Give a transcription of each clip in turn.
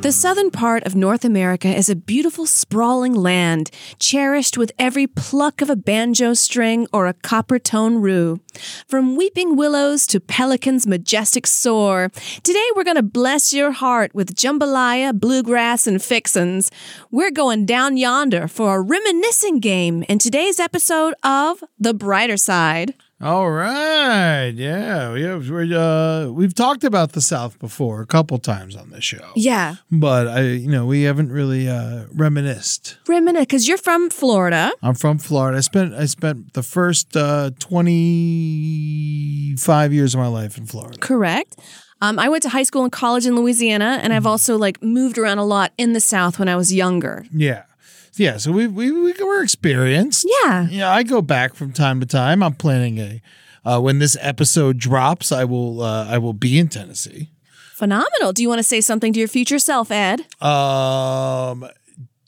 The southern part of North America is a beautiful, sprawling land, cherished with every pluck of a banjo string or a copper tone rue. From weeping willows to pelicans majestic soar, today we're going to bless your heart with jambalaya, bluegrass, and fixins. We're going down yonder for a reminiscing game in today's episode of The Brighter Side. All right. Yeah. We have, we uh, we've talked about the South before a couple times on this show. Yeah. But I, you know, we haven't really uh, reminisced. Reminisce, because you're from Florida. I'm from Florida. I spent I spent the first uh, 25 years of my life in Florida. Correct. Um, I went to high school and college in Louisiana, and I've also like moved around a lot in the South when I was younger. Yeah. Yeah. So we we, we we're experienced. Yeah. Yeah, I go back from time to time. I'm planning a uh, when this episode drops, I will uh, I will be in Tennessee. Phenomenal. Do you want to say something to your future self, Ed? Um,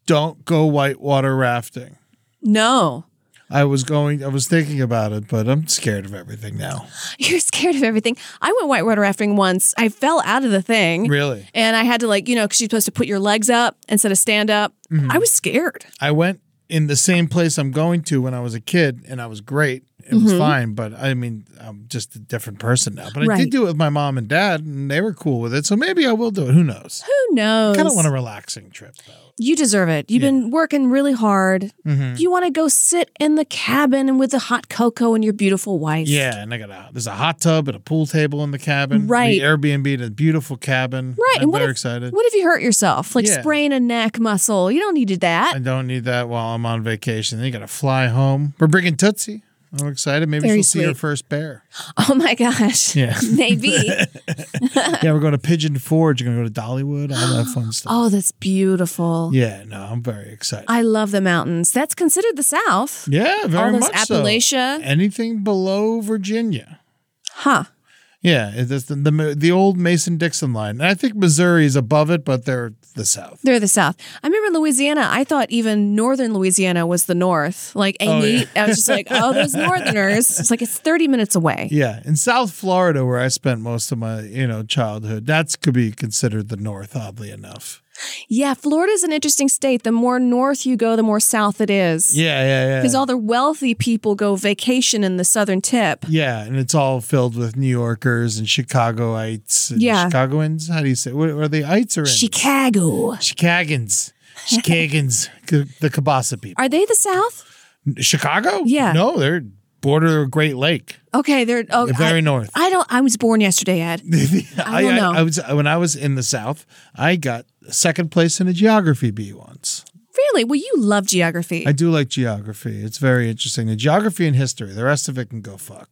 don't go whitewater rafting. No. I was going. I was thinking about it, but I'm scared of everything now. You're scared of everything. I went whitewater rafting once. I fell out of the thing. Really, And I had to, like, you know, because you're supposed to put your legs up instead of stand up. I was scared. I went in the same place I'm going to when I was a kid, and I was great. It was Mm-hmm. fine, but I mean, I'm just a different person now. But I Right. did do it with my mom and dad, and they were cool with it. So maybe I will do it. Who knows? Who knows? kind of want a relaxing trip though. You deserve it. You've been working really hard. You want to go sit in the cabin and with the hot cocoa and your beautiful wife. Yeah, and I got a there's a hot tub and a pool table in the cabin. Right. the Airbnb in a beautiful cabin. Right. I'm what very if, excited. What if you hurt yourself? Like Yeah. sprain a neck muscle. You don't need I that. don't need that while I'm on vacation. Then you got to fly home. We're bringing Tootsie. I'm excited. Maybe Very she'll see her sweet. first bear. Oh my gosh. Yeah. Maybe. yeah, we're going to Pigeon Forge. We're going to go to Dollywood. All that fun stuff. oh, that's beautiful. Yeah, no, I'm very excited. I love the mountains. That's considered the South. yeah, very those much Appalachia. so. Anything below Virginia. Huh. Yeah, it- that's the, the the old Mason Dixon line. And I think Missouri is above it, but they're the South. They're the South. I remember in Louisiana, I thought even northern Louisiana was the North. Like Oh, Amy, I was just like, oh, those Northerners. It's like it's 30 minutes away. Yeah, in South Florida, where I spent most of my you know childhood, that's could be considered the North, oddly enough. Yeah, Florida's an interesting state. The more north you go, the more south it is. Yeah, yeah, yeah. Because all the wealthy people go vacation in the southern tip. Yeah, and it's all filled with New Yorkers and Chicagoites. And Yeah. Chicagoans. How do you say? What are they? Ites or in? Chicago. Chicagans. Chicagans. C- the Kabasa people. Are they the south? Chicago? Yeah. No, they're border of Great Lake. Okay, they're oh, They're very I, north. I don't. I was born yesterday, Ed. I don't know. I was when I was in the South. I got second place in a geography bee once. Really? Well, you love geography. I do like geography. It's very interesting. The geography and history. The rest of it can go fuck.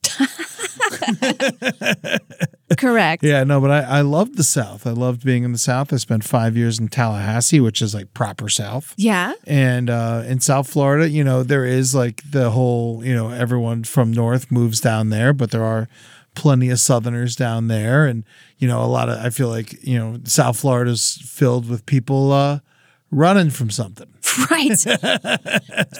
Correct. Yeah, no, but I, I loved the South. I loved being in the South. I spent five years in Tallahassee, which is like proper South. Yeah. And uh, in South Florida, you know, there is like the whole, you know, everyone from North moves down there, but there are plenty of Southerners down there, and you know a lot of. I feel like you know South Florida's filled with people uh, running from something. Right.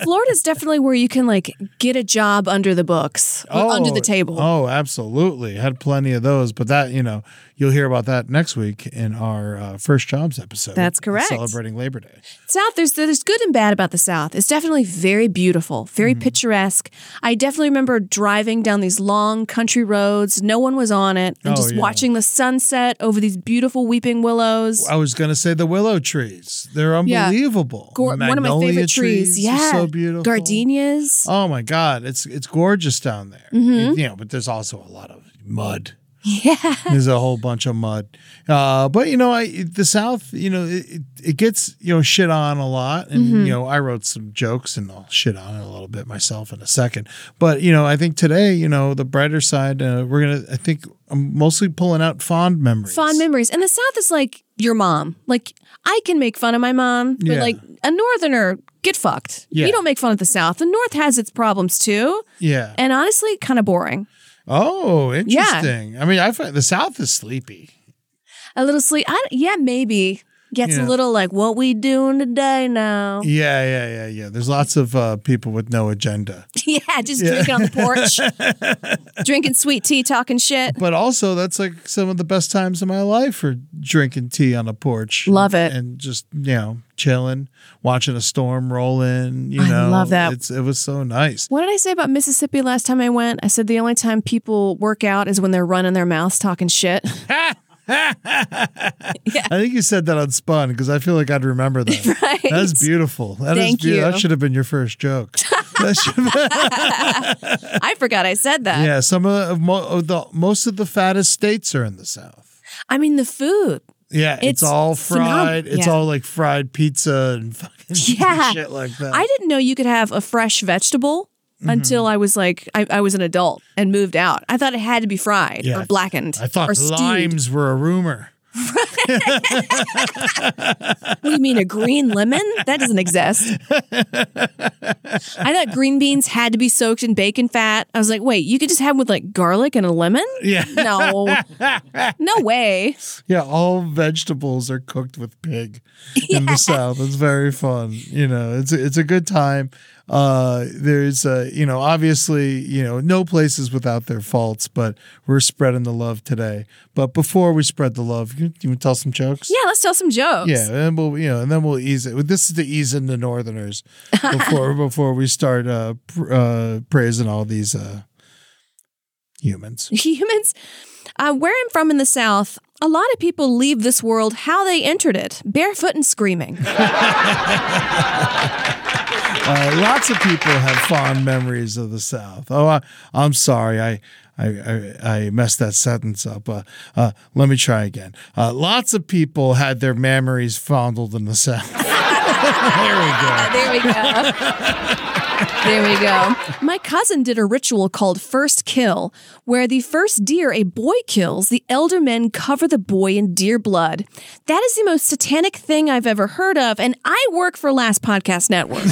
Florida's definitely where you can like get a job under the books, or under the table. Oh, absolutely. Had plenty of those, but that, you know, you'll hear about that next week in our uh, first jobs episode. That's correct. Celebrating Labor Day. South, there's there's good and bad about the South. It's definitely very beautiful, Mm-hmm. very picturesque. I definitely remember driving down these long country roads. No one was on it, and Oh, just yeah. watching the sunset over these beautiful weeping willows. I was going to say the willow trees. They're Yeah. unbelievable. Gor- The one of my magnolia favorite trees. are Yeah, so beautiful. Gardenias. Mm-hmm. Oh my God, it's it's gorgeous down there. You know, but there's also a lot of mud. Yeah. There's a whole bunch of mud. Uh, but you know, I the South, you know, it, it, it gets you know shit on a lot, and Mm-hmm. you know, I wrote some jokes and I'll shit on it a little bit myself in a second. But you know, I think today, you know, the brighter side, uh, we're gonna. I think I'm mostly pulling out fond memories. Fond memories. And the South is like your mom. Like I can make fun of my mom, but Yeah. like a northerner, get fucked. Yeah. You don't make fun of the South. The North has its problems too. Yeah. And honestly, kind of boring. oh, interesting. I mean, I find the South is sleepy. A little sleep. I, yeah, maybe. Gets Yeah. a little like, what we doing today now? Yeah, yeah, yeah, yeah. There's lots of uh, people with no agenda. yeah, just drinking on the porch, drinking sweet tea, talking shit. but also that's like some of the best times of my life for drinking tea on a porch. Love it. And just, you know, chilling, watching a storm roll in, you I know. love that. It's it was so nice. What did I say about Mississippi last time I went? I said the only time people work out is when they're running their mouths talking shit. I think you said that on Spun because I feel like I'd remember that. Right. That's beautiful. That is Thank beau- That you. should have been your first joke. That should have been- I forgot I said that. yeah, some of the, mo- of the most of the fattest states are in the South. I mean, the food. Yeah, It's it's, all phenom- fried. It's yeah. all like fried pizza and fucking Yeah. shit like that. I didn't know you could have a fresh vegetable Mm-hmm. until I was like, I, I was an adult and moved out. I thought it had to be fried Yeah, or blackened. I thought or stewed. limes were a rumor. What do you mean, a green lemon? That doesn't exist. I thought green beans had to be soaked in bacon fat. I was like, wait, you could just have them with like garlic and a lemon? Yeah. No, no way. Yeah, all vegetables are cooked with pig in the South. It's very fun. You know, it's a, it's a good time. Uh, there's, uh, you know, obviously, you know, no place is without their faults, but we're spreading the love today. But before we spread the love, you, you wanna tell some jokes? Yeah, let's tell some jokes. Yeah, and we'll you know, and then we'll ease it. This is to ease into Northerners before before we start uh, pr- uh, praising all these uh, humans. humans uh, where i'm from in the south a lot of people leave this world how they entered it barefoot and screaming Uh, lots of people have fond memories of the South. Oh, I, I'm sorry, I, I I I messed that sentence up. Uh, uh, let me try again. Uh, lots of people had their memories fondled in the South. there we go. there we go there we go my cousin did a ritual called first kill where the first deer a boy kills the elder men cover the boy in deer blood that is the most satanic thing i've ever heard of and i work for last podcast network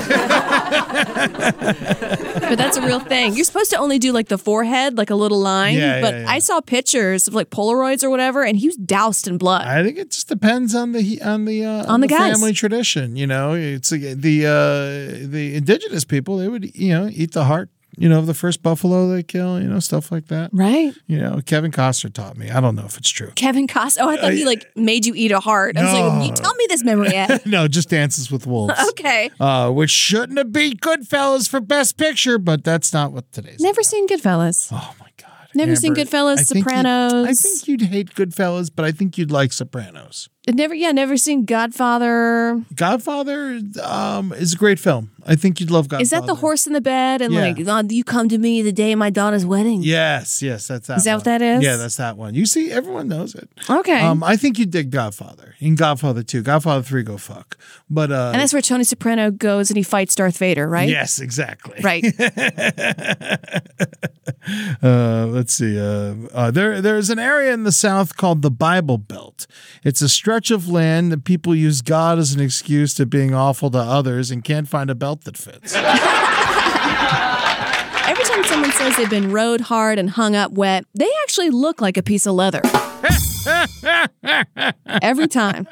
But that's a real thing. You're supposed to only do like the forehead, like a little line. Yeah, yeah, but yeah. I saw pictures of like Polaroids or whatever, and he was doused in blood. I think it just depends on the he- on the uh, the guys. family tradition. You know, it's uh, the uh, the indigenous people. They would you know eat the heart. You know, of the first buffalo they kill. You know, stuff like that. right. You know, Kevin Costner taught me. I don't know if it's true. Kevin Costner. Oh, I thought he like made you eat a heart. I was No. like, you tell me this memory, Ed. No, just Dances with Wolves. okay. Uh, which shouldn't have been Goodfellas for Best Picture, but that's not what today's. Never seen Goodfellas. Oh my God. Never seen Goodfellas, I think you'd- I Sopranos. think you'd hate Goodfellas, but I think you'd like Sopranos. Never, yeah, never seen Godfather. Godfather um, is a great film. I think you'd love Godfather. Is that the horse in the bed and Yeah. like "Oh, you come to me the day of my daughter's wedding? Yes, yes, that's that. Is that one. what that is? Yeah, that's that one. You see, everyone knows it. Okay. Um, I think you did Godfather in Godfather two, Godfather three, go fuck. But uh, and that's where Tony Soprano goes and he fights Darth Vader, right? yes, exactly. Right. Uh, let's see. Uh, uh, there, there is an area in the South called the Bible Belt. It's a stretch of land that people use God as an excuse to being awful to others and can't find a belt that fits. Every time Anytime someone says they've been rode hard and hung up wet, they actually look like a piece of leather. Every time.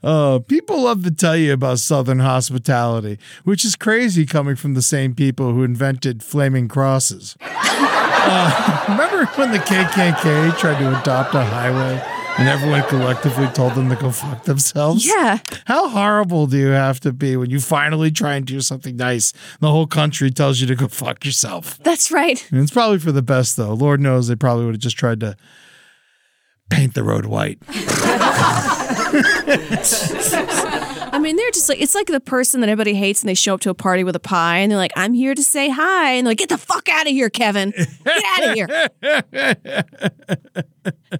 Uh, people love to tell you about Southern hospitality, which is crazy coming from the same people who invented flaming crosses. Uh, remember when the KKK tried to adopt a highway and everyone collectively told them to go fuck themselves? Yeah. How horrible do you have to be when you finally try and do something nice? and The whole country tells you to go fuck yourself. That's right. And it's probably for the best, though. Lord knows they probably would have just tried to paint the road white. I mean, they're just like, it's like the person that everybody hates and they show up to a party with a pie and they're like, I'm here to say hi. And they're like, get the fuck out of here, Kevin. Get out of here.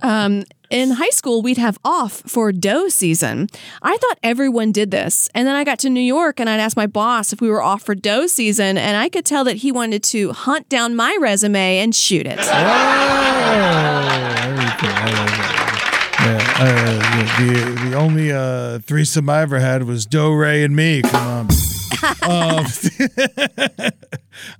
um, in high school, we'd have off for dough season. I thought everyone did this. And then I got to New York and I'd ask my boss if we were off for dough season. And I could tell that he wanted to hunt down my resume and shoot it. Oh, there you go. I like that. Yeah, uh, the, the only uh, threesome I ever had was Do Ray and me. Come on. um,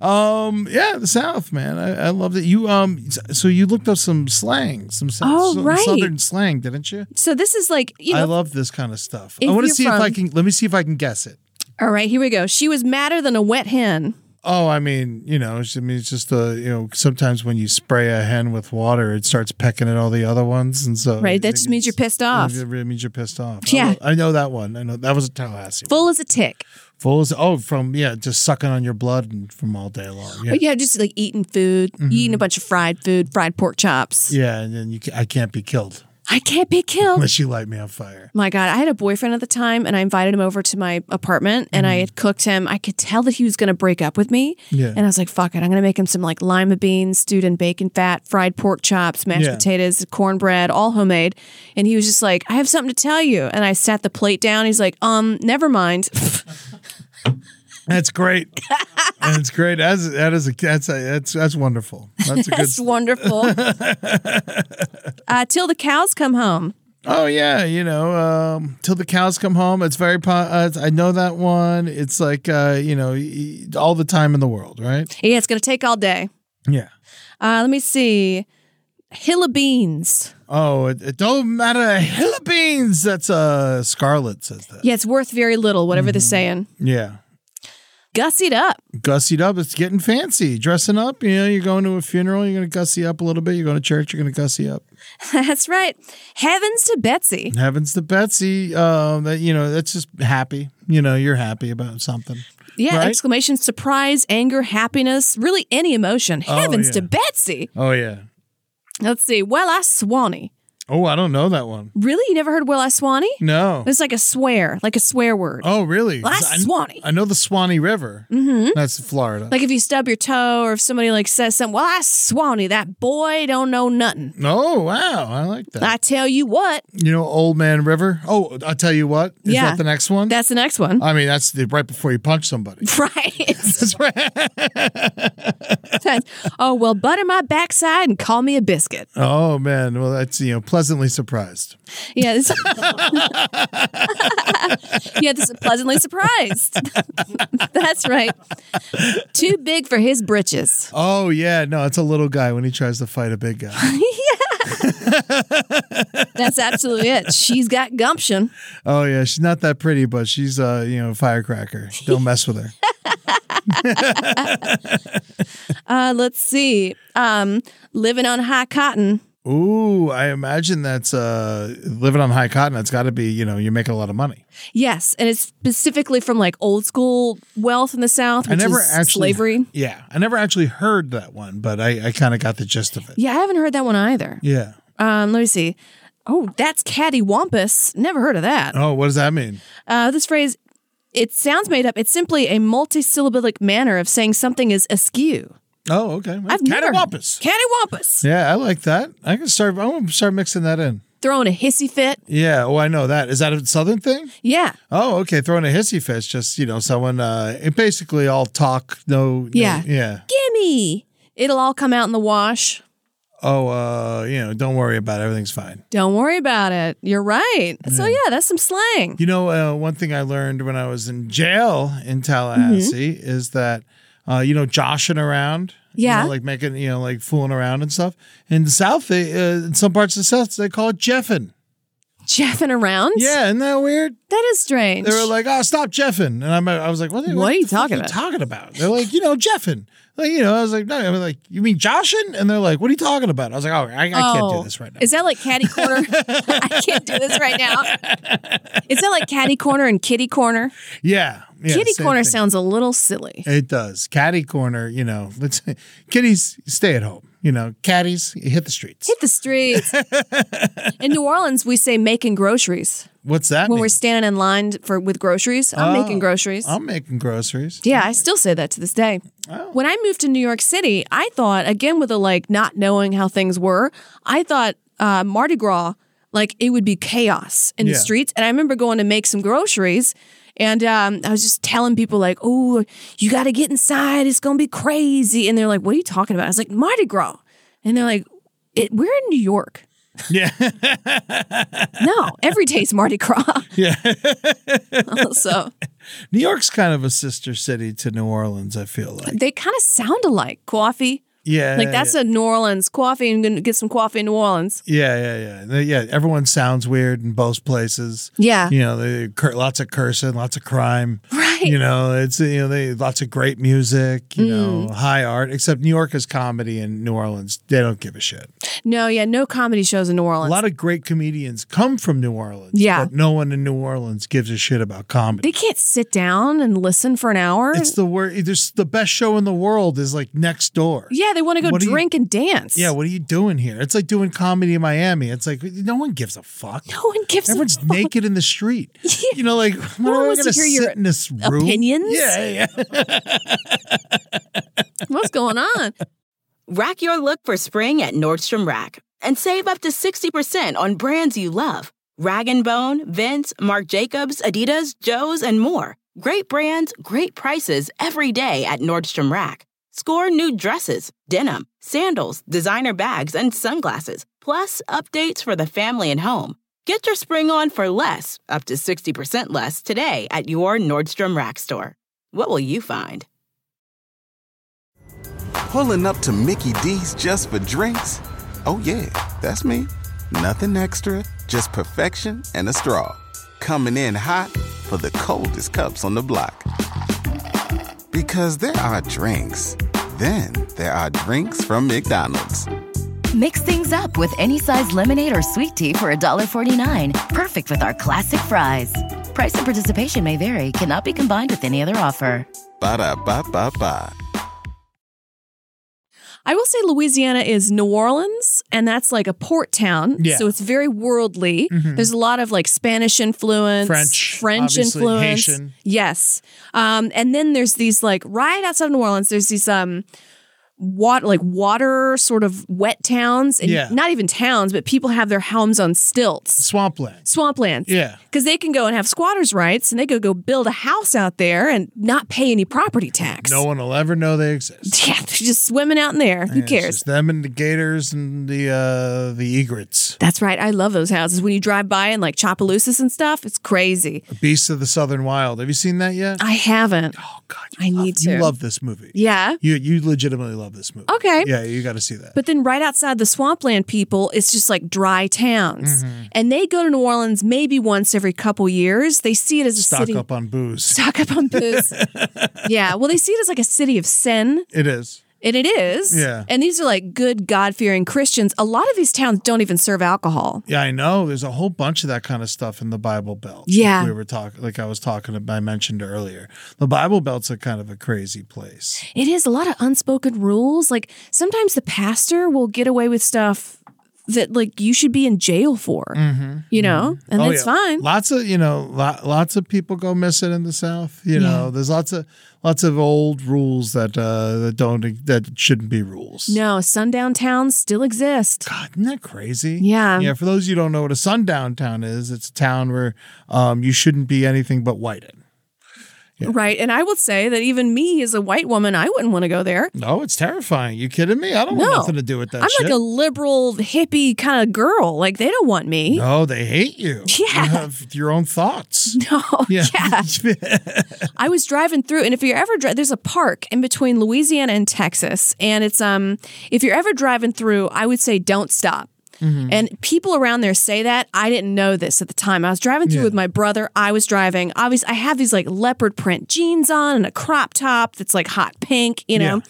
um, yeah, the South, man. I, I love that you. Um, so you looked up some slang, some, sou- Oh, some right. Southern slang, didn't you? So this is like, you I know, love this kind of stuff. I if want to you're see if I from- can. Let me see if I can guess it. all right, here we go. She was madder than a wet hen. Oh, I mean, you know, it's- I mean, it's just uh, you know, sometimes when you spray a hen with water, it starts pecking at all the other ones, and so Right, that it just means you're gets- pissed off. It really means you're pissed off. I Yeah. know- I know that one. I know that was a Tallahassee. Full as a tick. Full is oh, from yeah, just sucking on your blood and from all day long. Yeah, Mm-hmm. But yeah, just like eating food, eating a bunch of fried food, fried pork chops. yeah, and then you, ca- I can't be killed I can't be killed. unless you light me on fire. My God, I had a boyfriend at the time and I invited him over to my apartment and I had cooked him. I could tell that he was going to break up with me. Mm-hmm. Yeah. And I was like, fuck it. I'm going to make him some like lima beans, stewed in bacon fat, fried pork chops, mashed Yeah. potatoes, cornbread, all homemade. And he was just like, I have something to tell you. And I sat the plate down. He's like, um, never mind. That's great. that's great. That's that is a that's a, that's that's wonderful. That's a good. That's wonderful. uh, till the cows come home. Oh yeah, you know, um, till the cows come home. It's very. Po- uh, I know that one. It's like uh, you know, y- y- all the time in the world, right? Yeah, it's going to take all day. Yeah. Uh, let me see. Hill of beans. Oh, it, it don't matter. a Hill of beans. That's uh, Scarlet says that. Yeah, it's worth very little, whatever they're Mm-hmm. saying. Yeah. Gussied up. Gussied up. It's getting fancy. Dressing up. You know, you're going to a funeral. You're going to gussy up a little bit. You're going to church. You're going to gussy up. That's right. Heavens to Betsy. Heavens to Betsy. Um, that you know, that's just happy. You know, you're happy about something. Yeah, Right? exclamation, surprise, anger, happiness, really any emotion. Heavens Oh, yeah. to Betsy. Oh yeah. Let's see. Well, I swanny. Oh, I don't know that one. Really? You never heard well, I swanny? No. It's like a swear, like a swear word. Mm. Oh, really? Well, that's 'Cause I- Swanee. I, know the Swanee River. Mm-hmm. That's Florida. Like if you stub your toe or if somebody like says something, well, I swanny, that boy don't know nothing. oh, wow. I like that. I tell you what, you know, Old Man River. Oh, I'll tell you what. Is Yeah. that the next one? that's the next one. I mean, that's the, right before you punch somebody. right. That's right. Sometimes, oh well, butter my backside and call me a biscuit. Oh, man. Well, that's, you know, pleasantly surprised. Yeah, this, yeah, this is pleasantly surprised. That's right. Too big for his britches. Oh, yeah. No, it's a little guy when he tries to fight a big guy. That's absolutely it. She's got gumption. oh, yeah. She's not that pretty, but she's, uh, you know, a firecracker. Don't mess with her. Uh, let's see. Um, living on high cotton. Ooh, I imagine that's uh, living on high cotton. It's got to be, you know, you're making a lot of money. Yes, and it's specifically from like old school wealth in the South, I which never is actually slavery. Yeah, I never actually heard that one, but I, I kind of got the gist of it. Yeah, I haven't heard that one either. Yeah. Um, let me see. Oh, that's catty wampus. Never heard of that. Oh, what does that mean? Uh, this phrase, it sounds made up. It's simply a multisyllabic manner of saying something is askew. Oh, okay. Well, I've never- catawampus. Cattywampus. Yeah, I like that. I can start. I'm gonna start mixing that in. Throwing a hissy fit. Yeah. Oh, I know that. Is that a southern thing? Yeah. Oh, okay. Throwing a hissy fit. Just you know, someone. Uh, it basically all talk. No. no- Yeah. yeah. Gimme. It'll all come out in the wash. Oh, uh, you know, don't worry about it. everything's fine. Don't worry about it. You're right. So, yeah, that's some slang. You know, uh, one thing I learned when I was in jail in Tallahassee is that uh, you know, joshing around. you Mm-hmm. Yeah. know, like making, you know, like fooling around and stuff. In the South, they, uh, in some parts of the South, they call it jeffing. Jeffing around? Yeah, isn't that weird? That is strange. They were like, "Oh, stop jeffing," and I'm, I was like, "What? What are you the fuck talking about?" talking about?" They're like, "You know, jeffing." Like, you know, I was like, "No," I was like, "You mean joshing?" And they're like, "What are you talking about?" I was like, "Oh, I, I can't do this right now." Is that like Caddy Corner? I can't do this right now. Is that like Caddy Corner and Kitty Corner? yeah, yeah, kitty same Corner thing. sounds a little silly. It does. Caddy corner, you know, let's kitties stay at home. You know, caddies hit the streets. Hit the streets. in New Orleans, we say making groceries What's that? when mean? we're standing in line for with groceries. I'm making Oh, groceries. I'm making groceries. yeah, I still say that to this day. Oh. When I moved to New York City, I thought again with the like not knowing how things were, I thought uh, Mardi Gras like it would be chaos in the Yeah. streets. And I remember going to make some groceries, and um, I was just telling people like, "Oh, you got to get inside. It's gonna be crazy." And they're like, "What are you talking about?" I was like, "Mardi Gras," and they're like, it, "We're in New York." Yeah. No, every day's Mardi Gras. Yeah. so New York's kind of a sister city to New Orleans, I feel like. they kind of sound alike. Coffee, Yeah. like that's a New Orleans coffee. I'm gonna get some coffee in New Orleans. yeah, yeah, yeah. They- Yeah. Everyone sounds weird in both places. Yeah, You know, they cur- lots of cursing, lots of crime. right. You know, it's you know, they lots of great music, you Mm. know, high art. Except New York is comedy and New Orleans, they don't give a shit. No, yeah, no comedy shows in New A Orleans. lot of great comedians come from New Orleans. Yeah. But no one in New Orleans gives a shit about comedy. they can't sit down and listen for an hour. It's the wor- there's the best show in the world is like next door. yeah, they want to go What do you- drink and dance. Yeah, what are you doing here? It's like doing comedy in Miami. It's like no one gives a fuck. no one gives a Everyone's fuck. naked in the street. You know, like No what one am I wants to gonna hear sit your in this room? opinions. Yeah, yeah. What's going on? Rack your look for spring at Nordstrom Rack and save up to 60% on brands you love. Rag & Bone, Vince, Marc Jacobs, Adidas, Joe's, and more. Great brands, great prices every day at Nordstrom Rack. Score new dresses, denim, sandals, designer bags, and sunglasses, plus updates for the family and home. Get your spring on for less, up to 60% less today at your Nordstrom Rack store. What will you find? Pulling up to Mickey D's just for drinks? Oh, yeah, that's me. Nothing extra, just perfection and a straw. Coming in hot for the coldest cups on the block. Because there are drinks, then there are drinks from McDonald's. Mix things up with any size lemonade or sweet tea for $1.49. Perfect with our classic fries. Price and participation may vary, cannot be combined with any other offer. Ba da ba ba ba. I will say Louisiana is New Orleans, and that's like a port town. Yeah. Mm-hmm. So it's very worldly. There's a lot of like Spanish influence, French, French obviously, influence. Haitian. Yes. Um, and then there's these like right outside of New Orleans, there's these um water like water sort of wet towns and Yeah. not even towns, but people have their homes on stilts. Swampland. Swamplands. Yeah. Because they can go and have squatters' rights and they could go build a house out there and not pay any property tax. No one will ever know they exist. Yeah, they're just swimming out in there. Who It's cares? just them and the gators and the uh the egrets. That's right. I love those houses. When you drive by and like Chapaloosas and stuff, it's crazy. Beasts of the Southern Wild. Have you seen that yet? I haven't. Oh God, I need to. You love this movie. Yeah. You you legitimately love this movie. Okay. Yeah, you got to see that. But then right outside the swampland people, it's just like dry towns. Mm-hmm. And they go to New Orleans maybe once every couple years. They see it as a Stock city. up on booze. Stock up on booze. yeah. Well, they see it as like a city of sin, It is. and it is. Yeah. And these are like good, God fearing Christians. A lot of these towns don't even serve alcohol. Yeah, I know. There's a whole bunch of that kind of stuff in the Bible Belt. like Yeah. we were talking, like I was talking, about, I mentioned earlier. The Bible Belt's a kind of a crazy place. It is a lot of unspoken rules. Like sometimes the pastor will get away with stuff that like you should be in jail for, you know, and that's Mm-hmm. Oh, yeah. fine. Lots of you know, lo- lots of people go missing in the South. You know, there's lots of lots of old rules that uh, that don't that shouldn't be rules. No, sundown towns still exist. God, isn't that crazy? Yeah. Yeah. For those of you who don't know what a sundown town is, it's a town where um, you shouldn't be anything but white in. Yeah. Right. And I would say that even me as a white woman, I wouldn't want to go there. No, it's terrifying. You kidding me? I don't want No. nothing to do with that I'm shit. like a liberal hippie kind of girl. Like they don't want me. no, they hate you. Yeah. You have your own thoughts. No, yeah. I was driving through, and if you're ever dri- there's a park in between Louisiana and Texas, and it's um if you're ever driving through, I would say don't stop. Mm-hmm. And people around there say that. I didn't know this at the time. I was driving through Yeah. with my brother. I was driving. Obviously, I have these like leopard print jeans on and a crop top that's like hot pink, you know.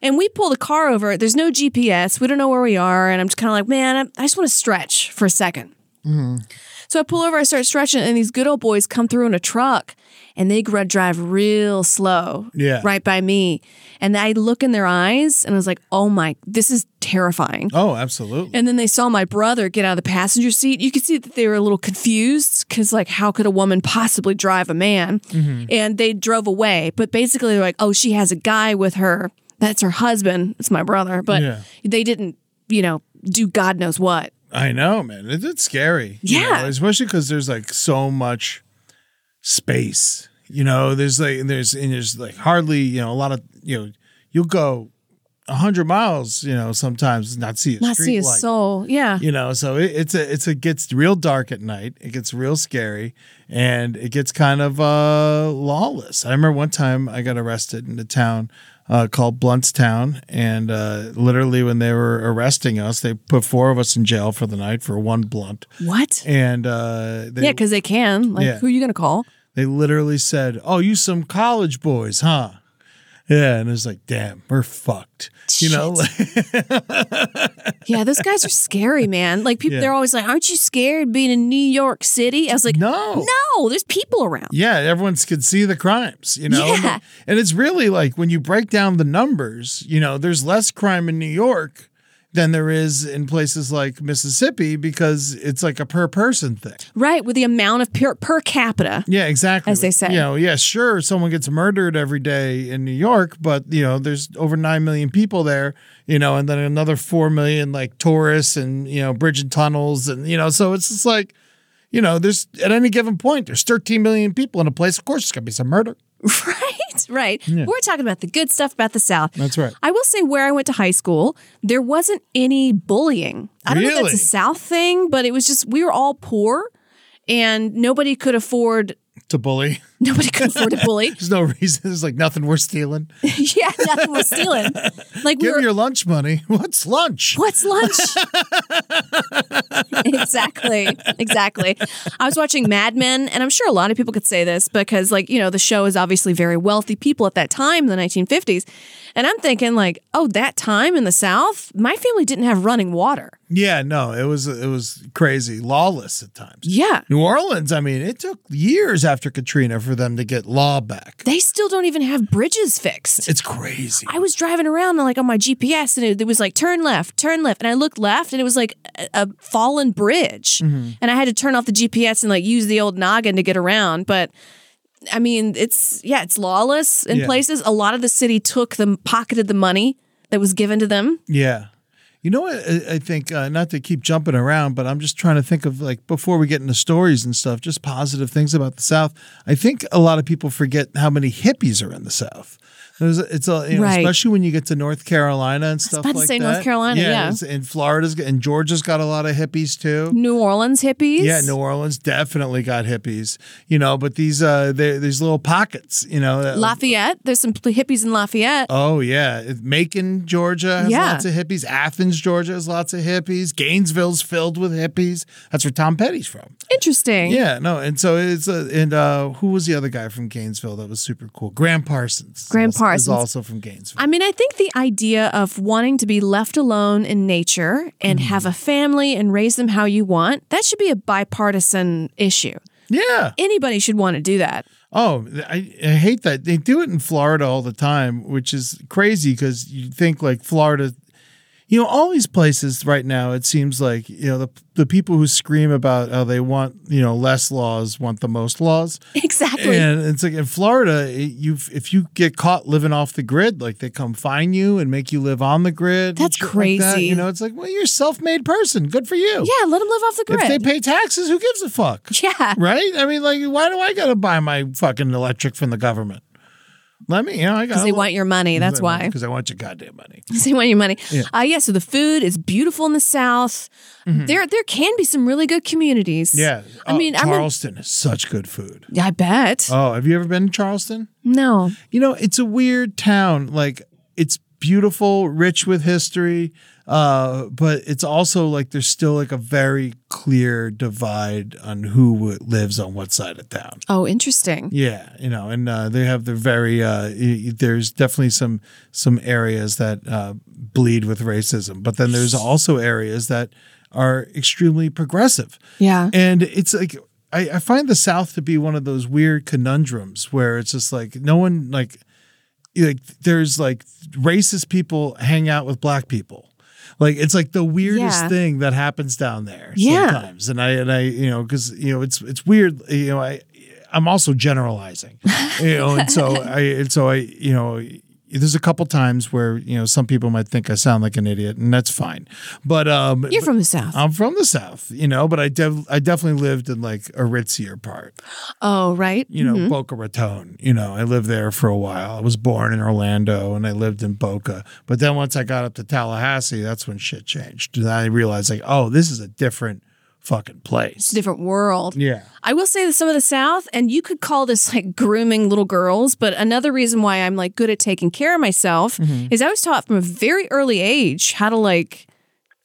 And we pull the car over. There's no GPS. We don't know where we are. And I'm just kind of like, man, I I just want to stretch for a 2nd Mm-hmm. so I pull over, I start stretching, and these good old boys come through in a truck and they gr- drive real slow Yeah. right by me. And I look in their eyes and I was like, oh my, this is terrifying. oh, absolutely. And then they saw my brother get out of the passenger seat. You could see that they were a little confused because, like, how could a woman possibly drive a man? Mm-hmm. And they drove away. But basically, they're like, oh, she has a guy with her. That's her husband. It's my brother. But Yeah. they didn't, you know, do God knows what. I know, man. It, it's scary. you Yeah. know, especially because there's like so much space. You know, there's like and there's and there's like hardly you know a lot of you know you'll go a hundred miles you know sometimes and not see a Not street see a light. soul. Yeah. You know, so it, it's a it's a gets real dark at night. It gets real scary, and it gets kind of uh, lawless. I remember one time I got arrested in a town uh, called Bluntstown, and uh, literally when they were arresting us, they put four of us in jail for the night for one blunt, What? and uh, they, yeah, because they can. Like, Yeah. who are you going to call? they literally said, "Oh, you some college boys, huh?" Yeah, and it's like, damn, we're fucked. You know, Yeah, those guys are scary, man. Like, people, Yeah. they're always like, aren't you scared being in New York City? I was like, No. No, there's people around. Yeah, everyone could see the crimes, you know? Yeah. And, and it's really like when you break down the numbers, you know, there's less crime in New York than there is in places like Mississippi because it's like a per person thing. Right, with the amount of per, per capita. Yeah, exactly. As they say. You know, yeah, sure, someone gets murdered every day in New York, but, you know, there's over 9 million people there, you know, and then another 4 million like tourists and, you know, bridge and tunnels. And, you know, so it's just like, you know, there's at any given point, there's 13 million people in a place. Of course, there's going to be some murder. Right, right. We're talking about the good stuff about the South. That's right. I will say where I went to high school, there wasn't any bullying. I don't know if Really? that's a South thing, but it was just we were all poor and nobody could afford to bully. nobody could afford to bully. There's no reason. There's like nothing worth stealing. yeah, nothing was stealing. Like we Give were me your lunch money. What's lunch? What's lunch? exactly. Exactly. I was watching Mad Men, and I'm sure a lot of people could say this because, like, you know, the show is obviously very wealthy people at that time, the 1950s. And I'm thinking, like, oh, that time in the South, my family didn't have running water. Yeah, no, it was it was crazy, lawless at times. Yeah. New Orleans, I mean, it took years after Katrina for them to get law back. They still don't even have bridges fixed. It's crazy. I was driving around like on my GPS and it, it was like turn left, turn left, and I looked left and it was like a, a fallen bridge, Mm-hmm. and I had to turn off the GPS and like use the old noggin to get around. But I mean, it's yeah, it's lawless in Yeah. places. A lot of the city took them, pocketed the money that was given to them. Yeah. You know what? I I think uh, not to keep jumping around, but I'm just trying to think of like before we get into stories and stuff, just positive things about the South. I think a lot of people forget how many hippies are in the South. There's a- it's a, you know, Right. especially when you get to North Carolina and stuff about to like say that. North Carolina, yeah. it's- and Florida's g- and Georgia's got a lot of hippies too. New Orleans hippies, Yeah, New Orleans definitely got hippies, you know. But these uh, they- these little pockets, you know, that- Lafayette. There's some pl- hippies in Lafayette. Oh yeah, It- Macon, Georgia has Yeah. lots of hippies. Athens, Georgia has lots of hippies. Gainesville's filled with hippies. That's where Tom Petty's from. Interesting. Yeah, no, and so it's a, and uh, who was the other guy from Gainesville that was super cool? Graham Parsons. Graham is Parsons. also- is also from Gainesville. I mean, I think the idea of wanting to be left alone in nature and have a family and raise them how you want, that should be a bipartisan issue. yeah. Anybody should want to do that. Oh, I, I hate that they do it in Florida all the time, which is crazy because you think like Florida. you know, all these places right now, it seems like, you know, the, the people who scream about how they want, you know, less laws want the most laws. Exactly. And it's like in Florida, you if you get caught living off the grid, like they come fine you and make you live on the grid. and That's shit like that. crazy. You know, it's like, well, you're a self-made person. Good for you. yeah, let them live off the If they grid. pay taxes, who gives a fuck? yeah. Right? I mean, like, why do I gotta buy my fucking electric from the government? Let me, you know, I got. Because they want your money. That's why. Because I want your goddamn money. Because they want your money. Yeah. Uh, yeah. So the food is beautiful in the South. There, there can be some really good communities. Yeah. Oh, I mean, I remember- Charleston is such good food. I bet. Oh, have you ever been to Charleston? no. You know, it's a weird town. Like, it's beautiful, rich with history, uh, but it's also like there's still like a very clear divide on who w- lives on what side of town. Oh, interesting. Yeah, you know, and uh, they have their very. Uh, y- y- there's definitely some some areas that uh, bleed with racism, but then there's also areas that are extremely progressive. Yeah. And it's like I, I find the South to be one of those weird conundrums where it's just like no one like like there's like racist people hang out with black people. Like it's like the weirdest Yeah. thing that happens down there Yeah. sometimes. And I and I, you know, because you know, it's it's weird, you know, I I'm also generalizing. You know, and so I and so I, you know, there's a couple times where, you know, some people might think I sound like an idiot, and that's fine. But um You're from the South. I'm from the South, you know, but I de- I definitely lived in like a ritzier part, oh, right. you know, Boca Raton. You know, I lived there for a while. I was born in Orlando and I lived in Boca. But then once I got up to Tallahassee, that's when shit changed. And I realized like, oh, this is a different fucking It's place. a different world. Yeah. I will say that some of the South, and you could call this like grooming little girls, but another reason why I'm like good at taking care of myself Mm-hmm. is I was taught from a very early age how to like,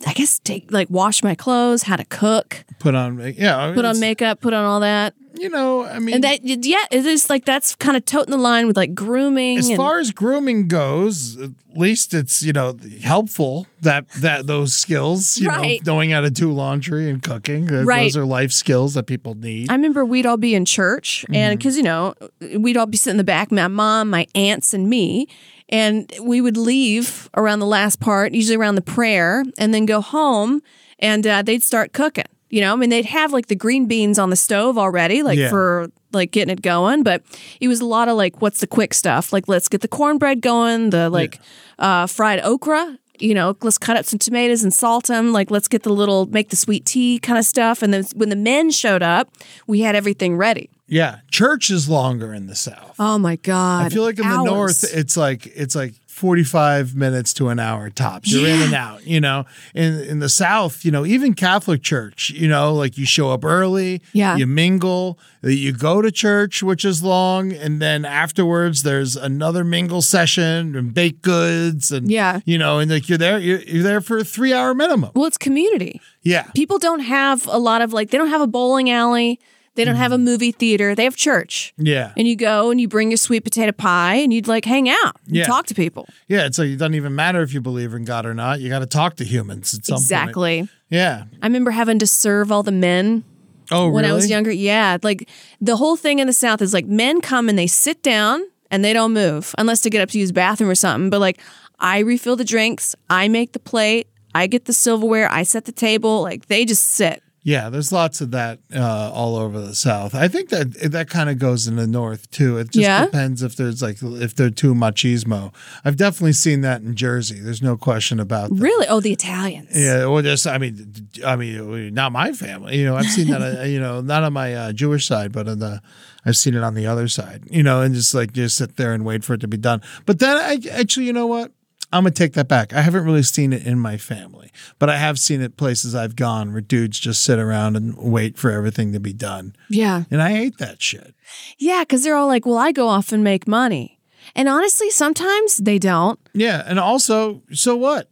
I guess, take like wash my clothes, how to cook, Put on yeah, I mean, put on it's- makeup, put on all that. You know, I mean And that, yeah, it is like that's kind of toting the line with like grooming. as and, far as grooming goes, at least it's you know helpful that that those skills, you Right. know, knowing how to do laundry and cooking, that Right. those are life skills that people need. I remember we'd all be in church, and because you know, we'd all be sitting in the back, my mom, my aunts, and me, and we would leave around the last part, usually around the prayer, and then go home, and uh, they'd start cooking. You know, I mean, they'd have like the green beans on the stove already, like Yeah. for like getting it going. But it was a lot of like, what's the quick stuff? Like, let's get the cornbread going, the like uh, fried okra. You know, let's cut up some tomatoes and salt them. Like, let's get the little make the sweet tea kind of stuff. And then when the men showed up, we had everything ready. Yeah, church is longer in the south. Oh my god! I feel like in the Hours. north, it's like it's like forty-five minutes to an hour tops. You're in and out, you know. In in the south, you know, even Catholic church, you know, like you show up early, Yeah. you mingle, you go to church, which is long, and then afterwards there's another mingle session and baked goods and Yeah. you know, and like you're there, you're, you're there for a three-hour minimum. well, it's community. Yeah, People don't have a lot of like they don't have a bowling alley. They don't have a movie theater. They have church. Mm-hmm. yeah, And you go and you bring your sweet potato pie and you'd like hang out, and Yeah. talk to people. yeah. It's like it doesn't even matter if you believe in God or not. You got to talk to humans at some point. exactly. Yeah. I remember having to serve all the men Oh, when I was younger. Yeah, like the whole thing in the South is like men come and they sit down and they don't move unless to get up to use bathroom or something. But like I refill the drinks, I make the plate, I get the silverware, I set the table. Like they just sit. Yeah, there's lots of that uh, all over the South. I think that that kind of goes in the North too. It just Yeah. depends if there's like if they're too machismo. I've definitely seen that in Jersey. There's no question about that. Really? Oh, the Italians. Yeah, or just I mean, I mean, not my family. You know, I've seen that. uh, you know, not on my uh, Jewish side, but on the I've seen it on the other side. You know, and just like just sit there and wait for it to be done. But then I actually, you know what? I'm gonna take that back. I haven't really seen it in my family, but I have seen it places I've gone where dudes just sit around and wait for everything to be done, Yeah. and I hate that shit. Yeah, because they're all like, well, I go off and make money. And honestly, sometimes they don't. Yeah, and also, so what?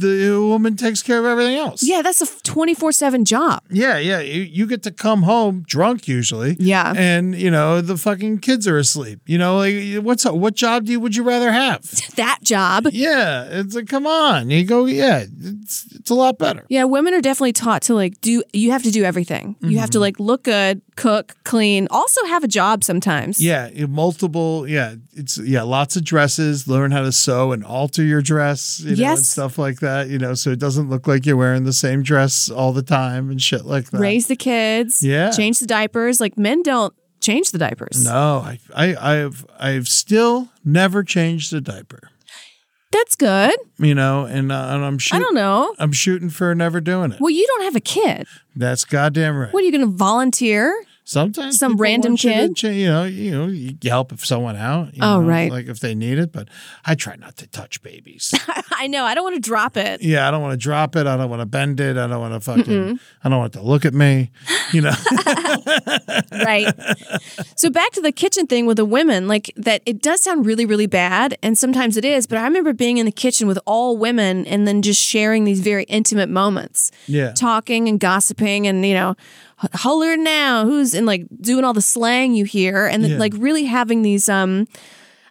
The woman takes care of everything else. Yeah, that's a 24 7 job. Yeah, yeah. You, you get to come home drunk usually. Yeah. And you know the fucking kids are asleep. You know, like what's what job do you would you rather have? That job. yeah, it's like come on, you go. Yeah, it's it's a lot better. Yeah, women are definitely taught to like do you have to do everything. You have to like look good, cook, clean, also have a job sometimes. Yeah, you- multiple. Yeah, it's yeah, lots of dresses. Learn how to sew and alter your dress, you know, and Yes. stuff like that. You know, so it doesn't look like you're wearing the same dress all the time and shit like that. Raise the kids. Yeah. Change the diapers. Like men don't change the diapers. No, I, I, I've, I've still never changed a diaper. That's good. You know, and, uh, and I'm I shooting. don't know. I'm shooting for never doing it. Well, you don't have a kid. That's goddamn right. What are you going to volunteer? Sometimes Some people random want you to kid? cha- you know, you know, you help if someone out. you Oh, know, right. like if they need it. But I try not to touch babies. I know. I don't want to drop it. yeah, I don't want to drop it. I don't want to bend it. I don't want to fucking. Mm-hmm. I don't want it to look at me. You know. right. So back to the kitchen thing with the women, like that it does sound really, really bad, and sometimes it is, but I remember being in the kitchen with all women and then just sharing these very intimate moments. Yeah. Talking and gossiping and, you know, "H- holler now, who's and like doing all the slang you hear and then, Yeah. like really having these um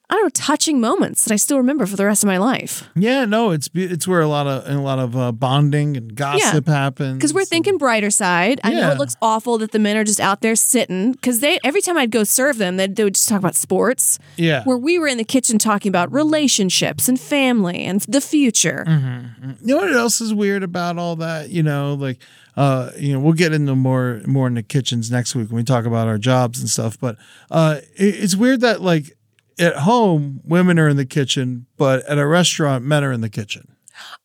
I don't know, touching moments that I still remember for the rest of my life. yeah. No. It's be- it's where a lot of a lot of uh, bonding and gossip happens. Because we're thinking brighter side. I know Yeah. it looks awful that the men are just out there sitting. Because they every time I'd go serve them, they'd, they would just talk about sports. Yeah. where we were in the kitchen talking about relationships and family and the future. Mm. you know what else is weird about all that you know like uh you know we'll get into more more in the kitchens next week when we talk about our jobs and stuff but uh it, it's weird that like at home women are in the kitchen but at a restaurant men are in the kitchen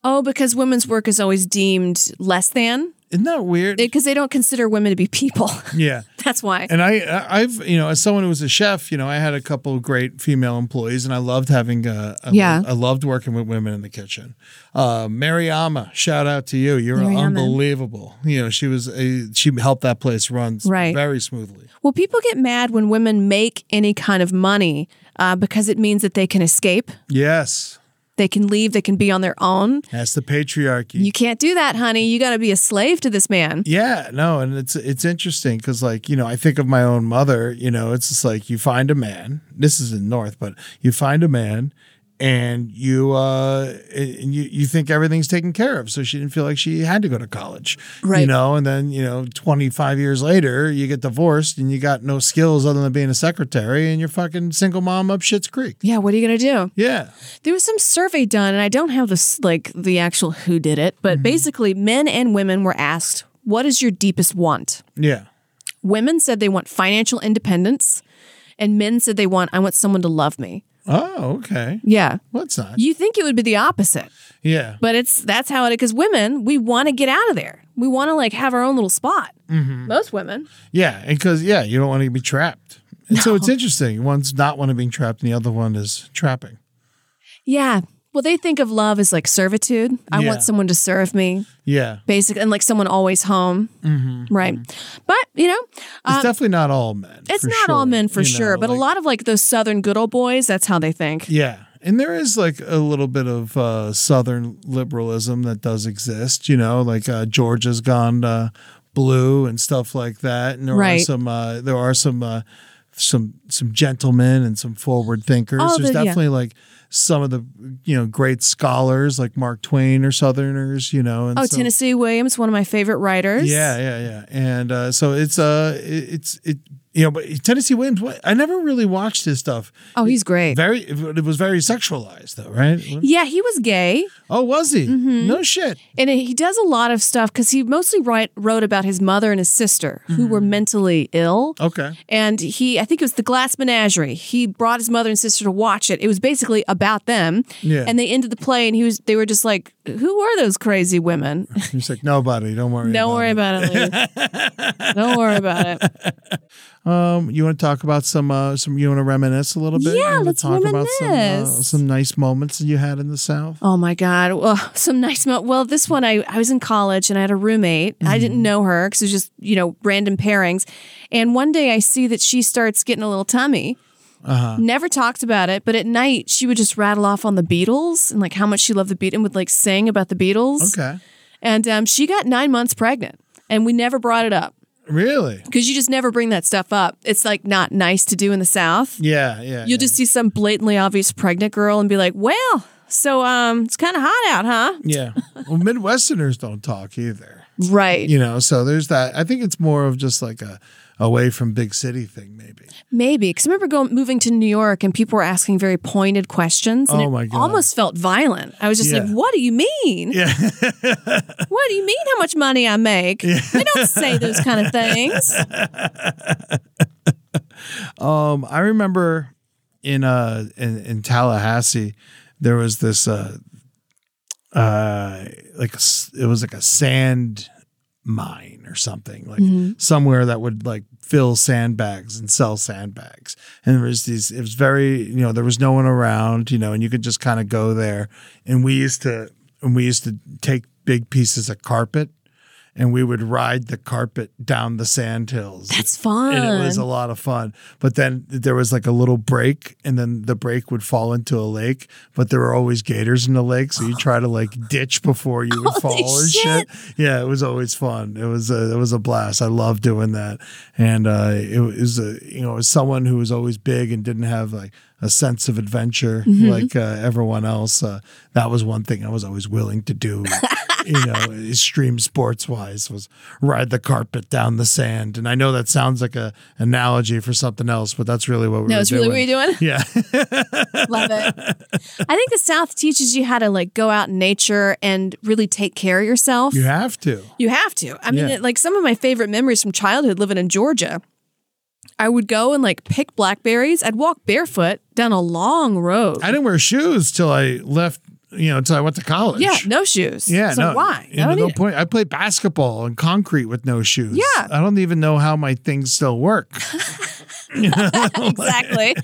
Oh, because women's work is always deemed less than isn't that weird because they don't consider women to be people. yeah That's why. and I, I- I've, you know, as someone who was a chef, you know, I had a couple of great female employees, and I loved having, uh, I, Yeah. loved, I loved working with women in the kitchen. Uh, Mariama, shout out to you, you're Mariama. unbelievable. You know, she was, a, she helped that place run s- Right. very smoothly. Well, people get mad when women make any kind of money uh, because it means that they can escape, Yes, they can leave, they can be on their own. that's the patriarchy. You can't do that, honey. You got to be a slave to this man. Yeah, no, and it's it's interesting because like you know I think of my own mother. You know, it's just like you find a man. This is in North, but you find a man, and you uh and you you think everything's taken care of. So she didn't feel like she had to go to college, You Right. know, and then you know twenty five years later you get divorced and you got no skills other than being a secretary and you're fucking single mom up shit's creek. Yeah, what are you going to do? Yeah, There was some survey done, and I don't have this like the actual who did it, but basically, men and women were asked, "What is your deepest want?" yeah, Women said they want financial independence, and men said they want, "I want someone to love me." oh okay, Yeah, well it's not. you think it would be the opposite, Yeah, but it's that's how it. Because women, we want to get out of there. We want to like have our own little spot. Mm-hmm. Most women, Yeah, because yeah, you don't want to be trapped. And so it's interesting. One's not want to being trapped, and the other one is trapping. yeah. Well, they think of love as like servitude. I Yeah. want someone to serve me, Yeah, basic, and like someone always home, Mm-hmm. right? But you know, it's definitely not all men. Um, It's for not all sure, men for you sure, know, but a like- lot of like those Southern good old boys, that's how they think. Yeah, and there is like a little bit of uh, Southern liberalism that does exist. You know, like uh, Georgia's gone uh, blue and stuff like that. And there are Right. some. Uh, there are some. Uh, some some gentlemen and some forward thinkers. Oh, There's the- yeah. definitely like some of the you know great scholars like Mark Twain or Southerners. You know, and Oh, so- Tennessee Williams, one of my favorite writers. Yeah, yeah, yeah. And uh, so it's uh, it, it's it. You know, but Tennessee Williams. What, I never really watched his stuff. Oh, he's great. Very, it was very sexualized though, right? Yeah, he was gay, Oh, was he? Mm-hmm. No shit. and he does a lot of stuff because he mostly write, wrote about his mother and his sister who were Mm-hmm. mentally ill. Okay. And he, I think it was the Glass Menagerie. He brought his mother and sister to watch it. It was basically about them. Yeah. And they ended the play, and he was. They were just like, "Who are those crazy women? He's like, nobody. Don't worry. Don't about worry it. about it. Lee. Don't worry about it." Um, you want to talk about some uh, some? You want to reminisce a little Yeah, bit? You wanna let's talk about some uh, reminisce. some nice moments that you had in the South. Oh my God. Well, some nice. Mo- well, this one, I, I was in college and I had a roommate. I didn't know her because it was just, you know, random pairings. And one day I see that she starts getting a little tummy. Never talked about it, but at night she would just rattle off on the Beatles and like how much she loved the Beatles and would like sing about the Beatles. Okay. And um, she got nine months pregnant and we never brought it up Really? because you just never bring that stuff up. It's like not nice to do in the South. Yeah, yeah. You'll just see some blatantly obvious pregnant girl and be like, well, so um, it's kind of hot out, huh? yeah. well, Midwesterners don't talk either. Right. you know so there's that i think it's more of just like a away from big city thing, maybe. Maybe because I remember going moving to New York and people were asking very pointed questions. And Oh, it my God. Almost felt violent. I was just like, Yeah. "What do you mean? Yeah. What do you mean? How much money I make? We don't say those kind of things." um, I remember in uh in, in Tallahassee, there was this uh uh like a s it was like a sand mine or something like somewhere that would like fill sandbags and sell sandbags and there was these it was very you know there was no one around you know and you could just kind of go there and we used to and we used to take big pieces of carpet and we would ride the carpet down the sand hills That's fun. and it was a lot of fun. But then there was like a little break, and then the break would fall into a lake. But there were always gators in the lake, so you try to like ditch before you would Holy fall and shit. shit. Yeah, it was always fun. It was a, it was a blast. I love doing that, and uh, it was a, you know as someone who was always big and didn't have like a sense of adventure Mm-hmm. like uh, everyone else. Uh, that was one thing I was always willing to do. you know, extreme sports wise was ride the carpet down the sand. And I know that sounds like a analogy for something else, but that's really what we no, were it's doing. really what you're doing. yeah. Love it. I think the South teaches you how to like go out in nature and really take care of yourself. you have to. You have to. I mean, Yeah. it, like some of my favorite memories from childhood living in Georgia, I would go and like pick blackberries. I'd walk barefoot down a long road. I didn't wear shoes till I left, you know, till I went to college. yeah, no shoes. Yeah, So no, why? you know, I don't no need it. point. I played basketball on concrete with no shoes. Yeah. I don't even know how my things still work. exactly.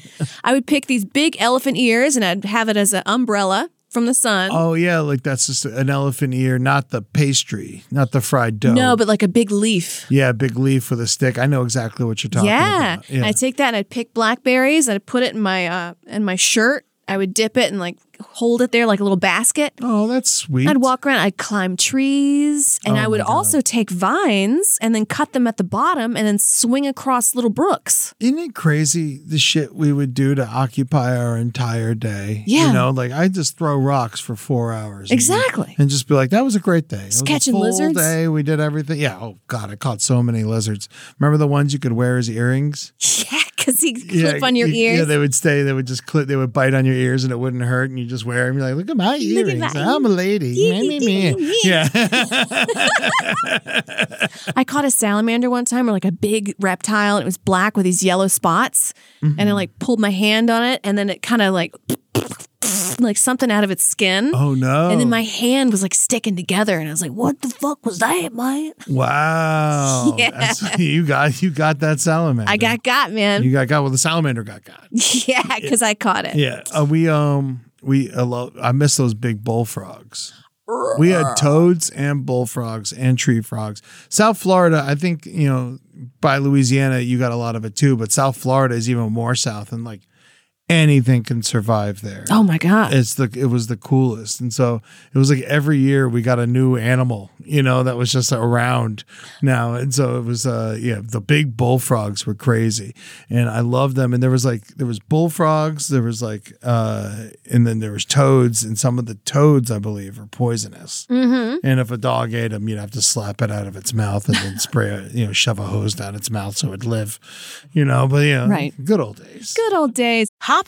I would pick these big elephant ears and I'd have it as an umbrella from the sun. oh yeah, like that's just an elephant ear, not the pastry, not the fried dough. No, but like a big leaf. yeah, big leaf with a stick. I know exactly what you're talking yeah. about. I take that and I'd pick blackberries. I'd put it in my uh, in my shirt. I would dip it and like hold it there like a little basket. Oh, that's sweet. I'd walk around. I'd climb trees, Oh and I would also take vines and then cut them at the bottom and then swing across little brooks. Isn't it crazy the shit we would do to occupy our entire day? Yeah. You know, like I just throw rocks for four hours. and- Exactly. And, just be like, that was a great day. It was a catching full lizards. day. We did everything. Yeah. Oh, God. I caught so many lizards. Remember the ones you could wear as earrings? Yeah, because he clip on your you- ears. Yeah, they would stay. They would just clip. They would bite on your ears, and it wouldn't hurt. And you just wear them. You're like, look at my Look at earrings. my- I'm a lady. Meh, meh, meh. yeah. I caught a salamander one time, or like a big reptile, and it was black with these yellow spots. Mm-hmm. And I like pulled my hand on it, and then it kind of like like something out of its skin. Oh no. And then my hand was like sticking together, and I was like, "What the fuck was that, man?" wow. Yeah. That's- you got you got that salamander. I got got, man. You got got well. The salamander got got. yeah, because I caught it. Yeah, uh, we um we I love I miss those big bullfrogs. We had toads and bullfrogs and tree frogs. South Florida, I think you know by Louisiana, you got a lot of it too. But South Florida is even more south, and like anything can survive there. Oh my god. It's the it was the coolest, and so it was like every year we got a new animal, you know, that was just around now, and so it was uh yeah the big bullfrogs were crazy, and I loved them, and there was like there was bullfrogs, there was like uh and then there was toads, and some of the toads I believe are poisonous, mm-hmm. and if a dog ate them, you'd have to slap it out of its mouth and then spray it, you know shove a hose down its mouth so it'd live, you know, but yeah, Right. good old days. Good old days. Hop,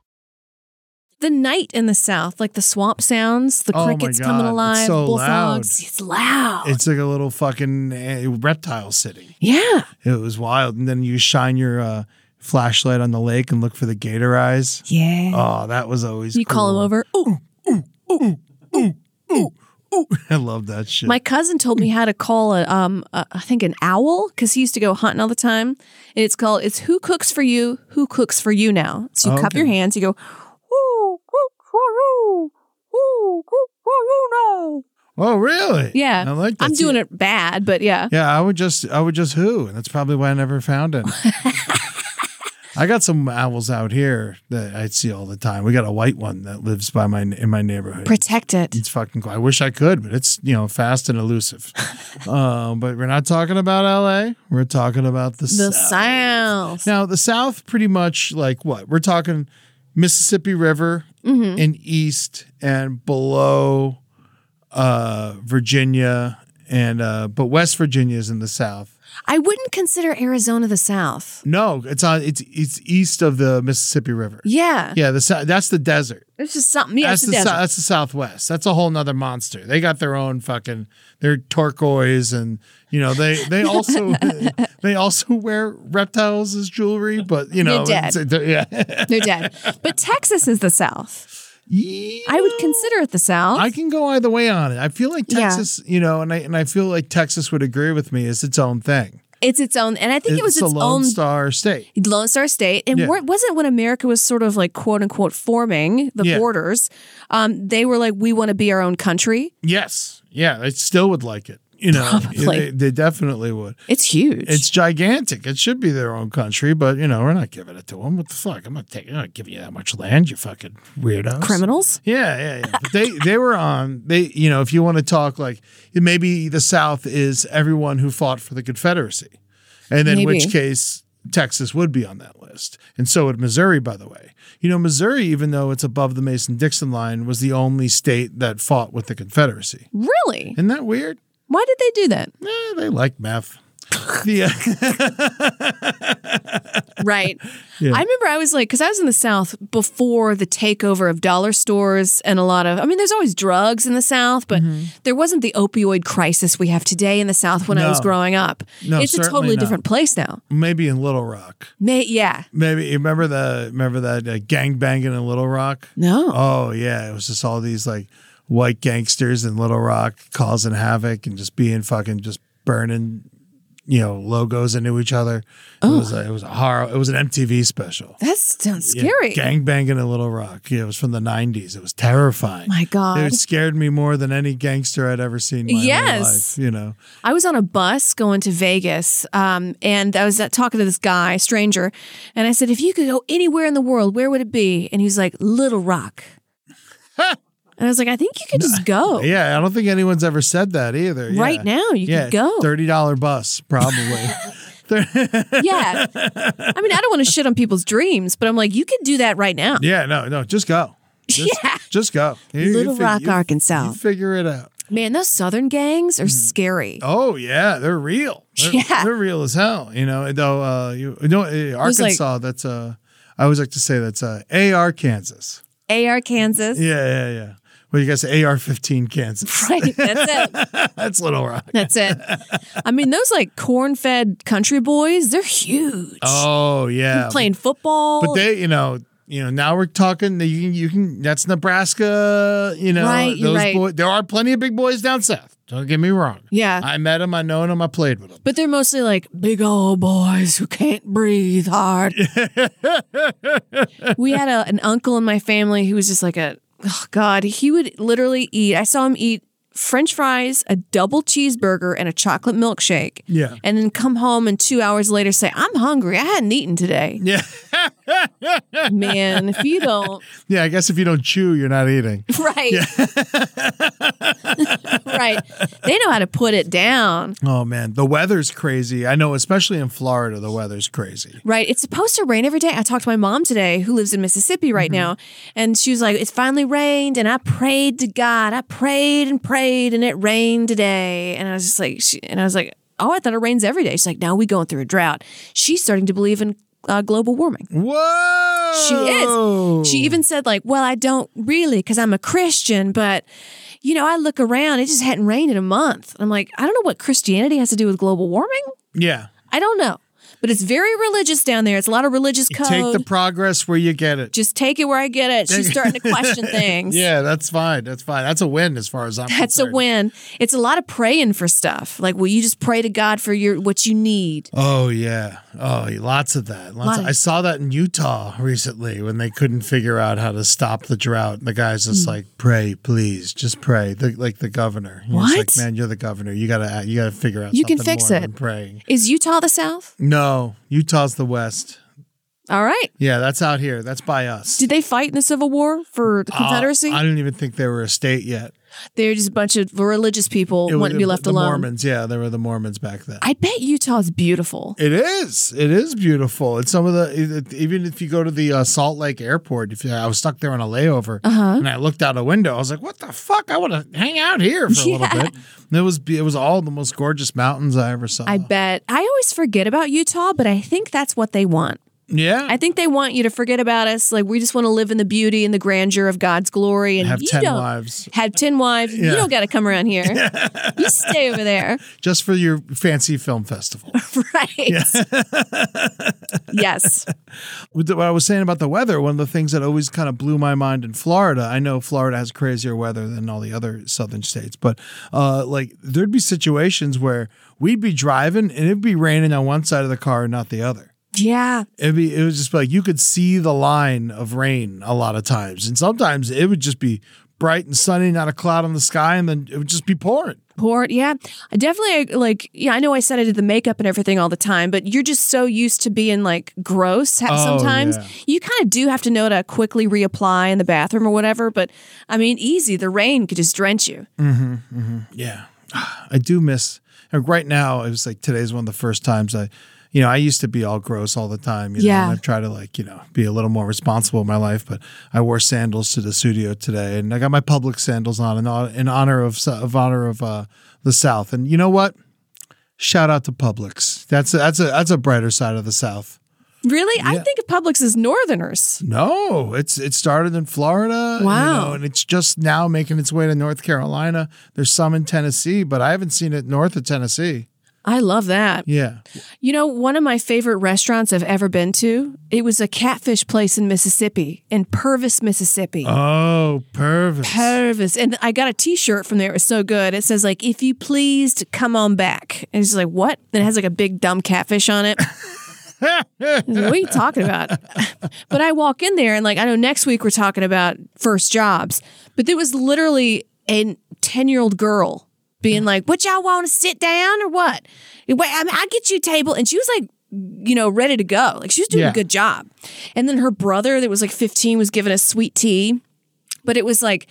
the night in the south, like the swamp sounds, the Oh my crickets God, coming it's alive, so bullfrogs. loud. It's loud. It's like a little fucking uh, reptile city. yeah. It was wild. And then you shine your uh, flashlight on the lake and look for the gator eyes. Yeah. Oh, that was always you call him cool. over. Ooh. I love that shit. My cousin told me how to call a um a, I think an owl because he used to go hunting all the time, and it's called it's who cooks for you, who cooks for you now. So you cup Okay. your hands, you go, who cooks for you, who cooks for you now. oh, really? Yeah, I like that. I'm See, doing it bad, but yeah, Yeah, I would just I would just who, and that's probably why I never found it. I got some owls out here that I see all the time. We got a white one that lives by my in my neighborhood. protect it. It's fucking cool. I wish I could, but it's you know fast and elusive. um, but we're not talking about L.A. We're talking about the, The South. sounds. Now the South, pretty much like what we're talking Mississippi River Mm-hmm. and east and below uh, Virginia and uh, but West Virginia is in the South. I wouldn't consider Arizona the South. No, it's on it's it's east of the Mississippi River. Yeah, Yeah, the Sou- that's the desert. it's just something. Yeah, that's it's the, the sou- desert. that's the Southwest. That's a whole nother monster. They got their own fucking their turquoise and you know they they also they also wear reptiles as jewelry, but you know They're dead. it's- they're- yeah. They're dead. But Texas is the South. I would consider it the South. I can go either way on it. I feel like Yeah. Texas, you know, and I and I feel like Texas would agree with me. It's its own thing. it's its own, and I think it was a its Lone own Star state. Lone Star State, and Yeah. weren't- wasn't when America was sort of like quote unquote forming the Yeah. borders. Um, they were like, we want to be our own country. Yes, yeah, they still would like it. You know, Probably. They, they definitely would. It's huge. It's gigantic. It should be their own country, but you know we're not giving it to them. What the fuck? I'm not taking. I'm not giving you that much land. You fucking weirdos. criminals. Yeah, yeah, yeah. But they they were on. They you know if you want to talk like maybe the South is everyone who fought for the Confederacy, and in Maybe. which case Texas would be on that list, and so would Missouri. By the way, you know Missouri, even though it's above the Mason Dixon line, was the only state that fought with the Confederacy. Really? Isn't that weird? Why did they do that? Eh, they like math. uh, Yeah. Right. I remember I was like, because I was in the South before the takeover of dollar stores and a lot of, I mean, there's always drugs in the South, but Mm-hmm. there wasn't the opioid crisis we have today in the South when I was No. growing up. No, it's a certainly totally not. different place now. maybe in Little Rock. May, yeah. Maybe you remember the remember that uh, gang banging in Little Rock. No. Oh yeah, it was just all these like white gangsters in Little Rock causing havoc and just being fucking just burning, you know, logos into each other. It was a, it was a horror. It was an MTV special. that sounds Yeah, scary. gang banging in Little Rock. Yeah, it was from the '90s. It was terrifying. Oh My God. it scared me more than any gangster I'd ever seen. In my whole Yes. life, you know. I was on a bus going to Vegas, um, and I was at, talking to this guy, stranger, and I said, "If you could go anywhere in the world, where would it be?" And he's like, "Little Rock." and I was like, "I think you could just go Yeah, I don't think anyone's ever said that either. right Yeah. now. You yeah, could go." Thirty dollar bus, probably. yeah. I mean, I don't want to shit on people's dreams, but I'm like, you could do that right now. yeah, no, no, just go. Just, Yeah. just go. You- you Little fig- Rock, you- Arkansas. You figure it out. Man, those Southern gangs are scary. Mm-hmm. Oh yeah, they're real. They're, Yeah. they're real as hell. You know, though. Uh, you you know, eh, was like- Arkansas. that's uh, I always like to say that's uh, AR Kansas. AR Kansas. Yeah, yeah, yeah. Well, you guys, AR fifteen Kansas. Right. That's it. that's Little Rock. That's it. I mean, those like corn fed country boys, they're huge. Oh yeah, Playing football. But they, you know, you know, now we're talking. that You can, you can. That's Nebraska. You know, Right, you're those right. boy- There are plenty of big boys down south. Don't get me wrong. Yeah. I met them. I know them. I played with them. But they're mostly like big old boys who can't breathe hard. we had a, an uncle in my family who was just like a, oh God, he would literally eat. I saw him eat french fries, a double cheeseburger, and a chocolate milkshake. Yeah. And then come home and two hours later say, I'm hungry. I hadn't eaten today. Yeah, Man, if you don't. yeah. I guess if you don't chew, you're not eating. Right. right. They know how to put it down. Oh man, the weather's crazy. I know, especially in Florida, the weather's crazy. Right. It's supposed to rain every day. I talked to my mom today, who lives in Mississippi right now, and she was like, It's finally rained. And I prayed to God. I prayed and prayed, and it rained today. And I was just like, she, And I was like, Oh, I thought it rains every day. She's like, No, we going through a drought. She's starting to believe in uh, global warming. Whoa, She is. She even said, like, well, I don't really because I'm a Christian, but you know, I look around, it just hadn't rained in a month. And I'm like, I don't know what Christianity has to do with global warming. Yeah, I don't know. But it's very religious down there. It's a lot of religious You code. Take the progress where you get it. Just take it where I get it. She's starting to question things. yeah, that's fine. That's fine. That's a win as far as I'm That's a concerned. win. It's a lot of praying for stuff. Like, will you just pray to God for your what you need? Oh yeah. Oh, lots of that. Lots Lot of- of- I saw that in Utah recently when they couldn't figure out how to stop the drought. And the guy's Mm. just like, "Pray, please, just pray." The, like the governor. He's What? like, "Man, you're the governor. You gotta, you gotta figure out. You can something fix more it." than Praying. Is Utah the South? No, Utah's the West. All right. Yeah, that's out here. That's by us. Did they fight in the Civil War for the Uh, Confederacy? I don't even think they were a state yet. They're just a bunch of religious people It was- wanting to be left the alone. Mormons. Yeah, they were the Mormons back then. I bet Utah's beautiful. It is. It is beautiful. It's some of the it- even if you go to the uh, Salt Lake Airport. If you, I was stuck there on a layover, Uh-huh. and I looked out a window, I was like, "What the fuck? I want to hang out here for a little Yeah. bit." And it was be- it was all the most gorgeous mountains I ever saw. I bet. I always forget about Utah, but I think that's what they want. Yeah, I think they want you to forget about us. Like we just want to live in the beauty and the grandeur of God's glory, and have you 10 don't lives. have ten wives. You Yeah. don't got to come around here. you stay over there, just for your fancy film festival. right? yes. With the- what I was saying about the weather, one of the things that always kind of blew my mind in Florida, I know Florida has crazier weather than all the other southern states, but uh, like there'd be situations where we'd be driving and it'd be raining on one side of the car and not the other. Yeah. It'd be, it was just like you could see the line of rain a lot of times. And sometimes it would just be bright and sunny, not a cloud on the sky, and then it would just be pouring. Port, yeah. I definitely like yeah, I know I said I did the makeup and everything all the time, but you're just so used to being like gross ha- Oh, sometimes. yeah. You kind of do have to know to quickly reapply in the bathroom or whatever, but I mean easy, the rain could just drench you. Yeah. I do miss and right now it was like today's one of the first times I you know, I used to be all gross all the time. You know, Yeah. and I've tried to like, you know, be a little more responsible in my life, but I wore sandals to the studio today and I got my public sandals on in, hon- in honor of, so- of honor of uh, the South. And you know what? Shout out to Publix. That's a, that's a, that's a brighter side of the South. Really? I think of Publix as northerners. No, it's it started in Florida. you Wow. know, and it's just now making its way to North Carolina. There's some in Tennessee, but I haven't seen it north of Tennessee. I love that. Yeah. You know, one of my favorite restaurants I've ever been to, it was a catfish place in Mississippi, in Purvis, Mississippi. Oh, Purvis. Purvis. And I got a t shirt from there. It was so good. It says, like, if you pleased, come on back. And it's just like, what? And it has like a big dumb catfish on it. I was like, what are you talking about? but I walk in there and, like, I know next week we're talking about first jobs, but there was literally a 10 year old girl being like, what y'all want to sit down or what? Wait, I mean, I'll get you a table. And she was like, you know, ready to go. Like, she was doing Yeah. a good job. And then her brother, that was like 15, was given a sweet tea but it was like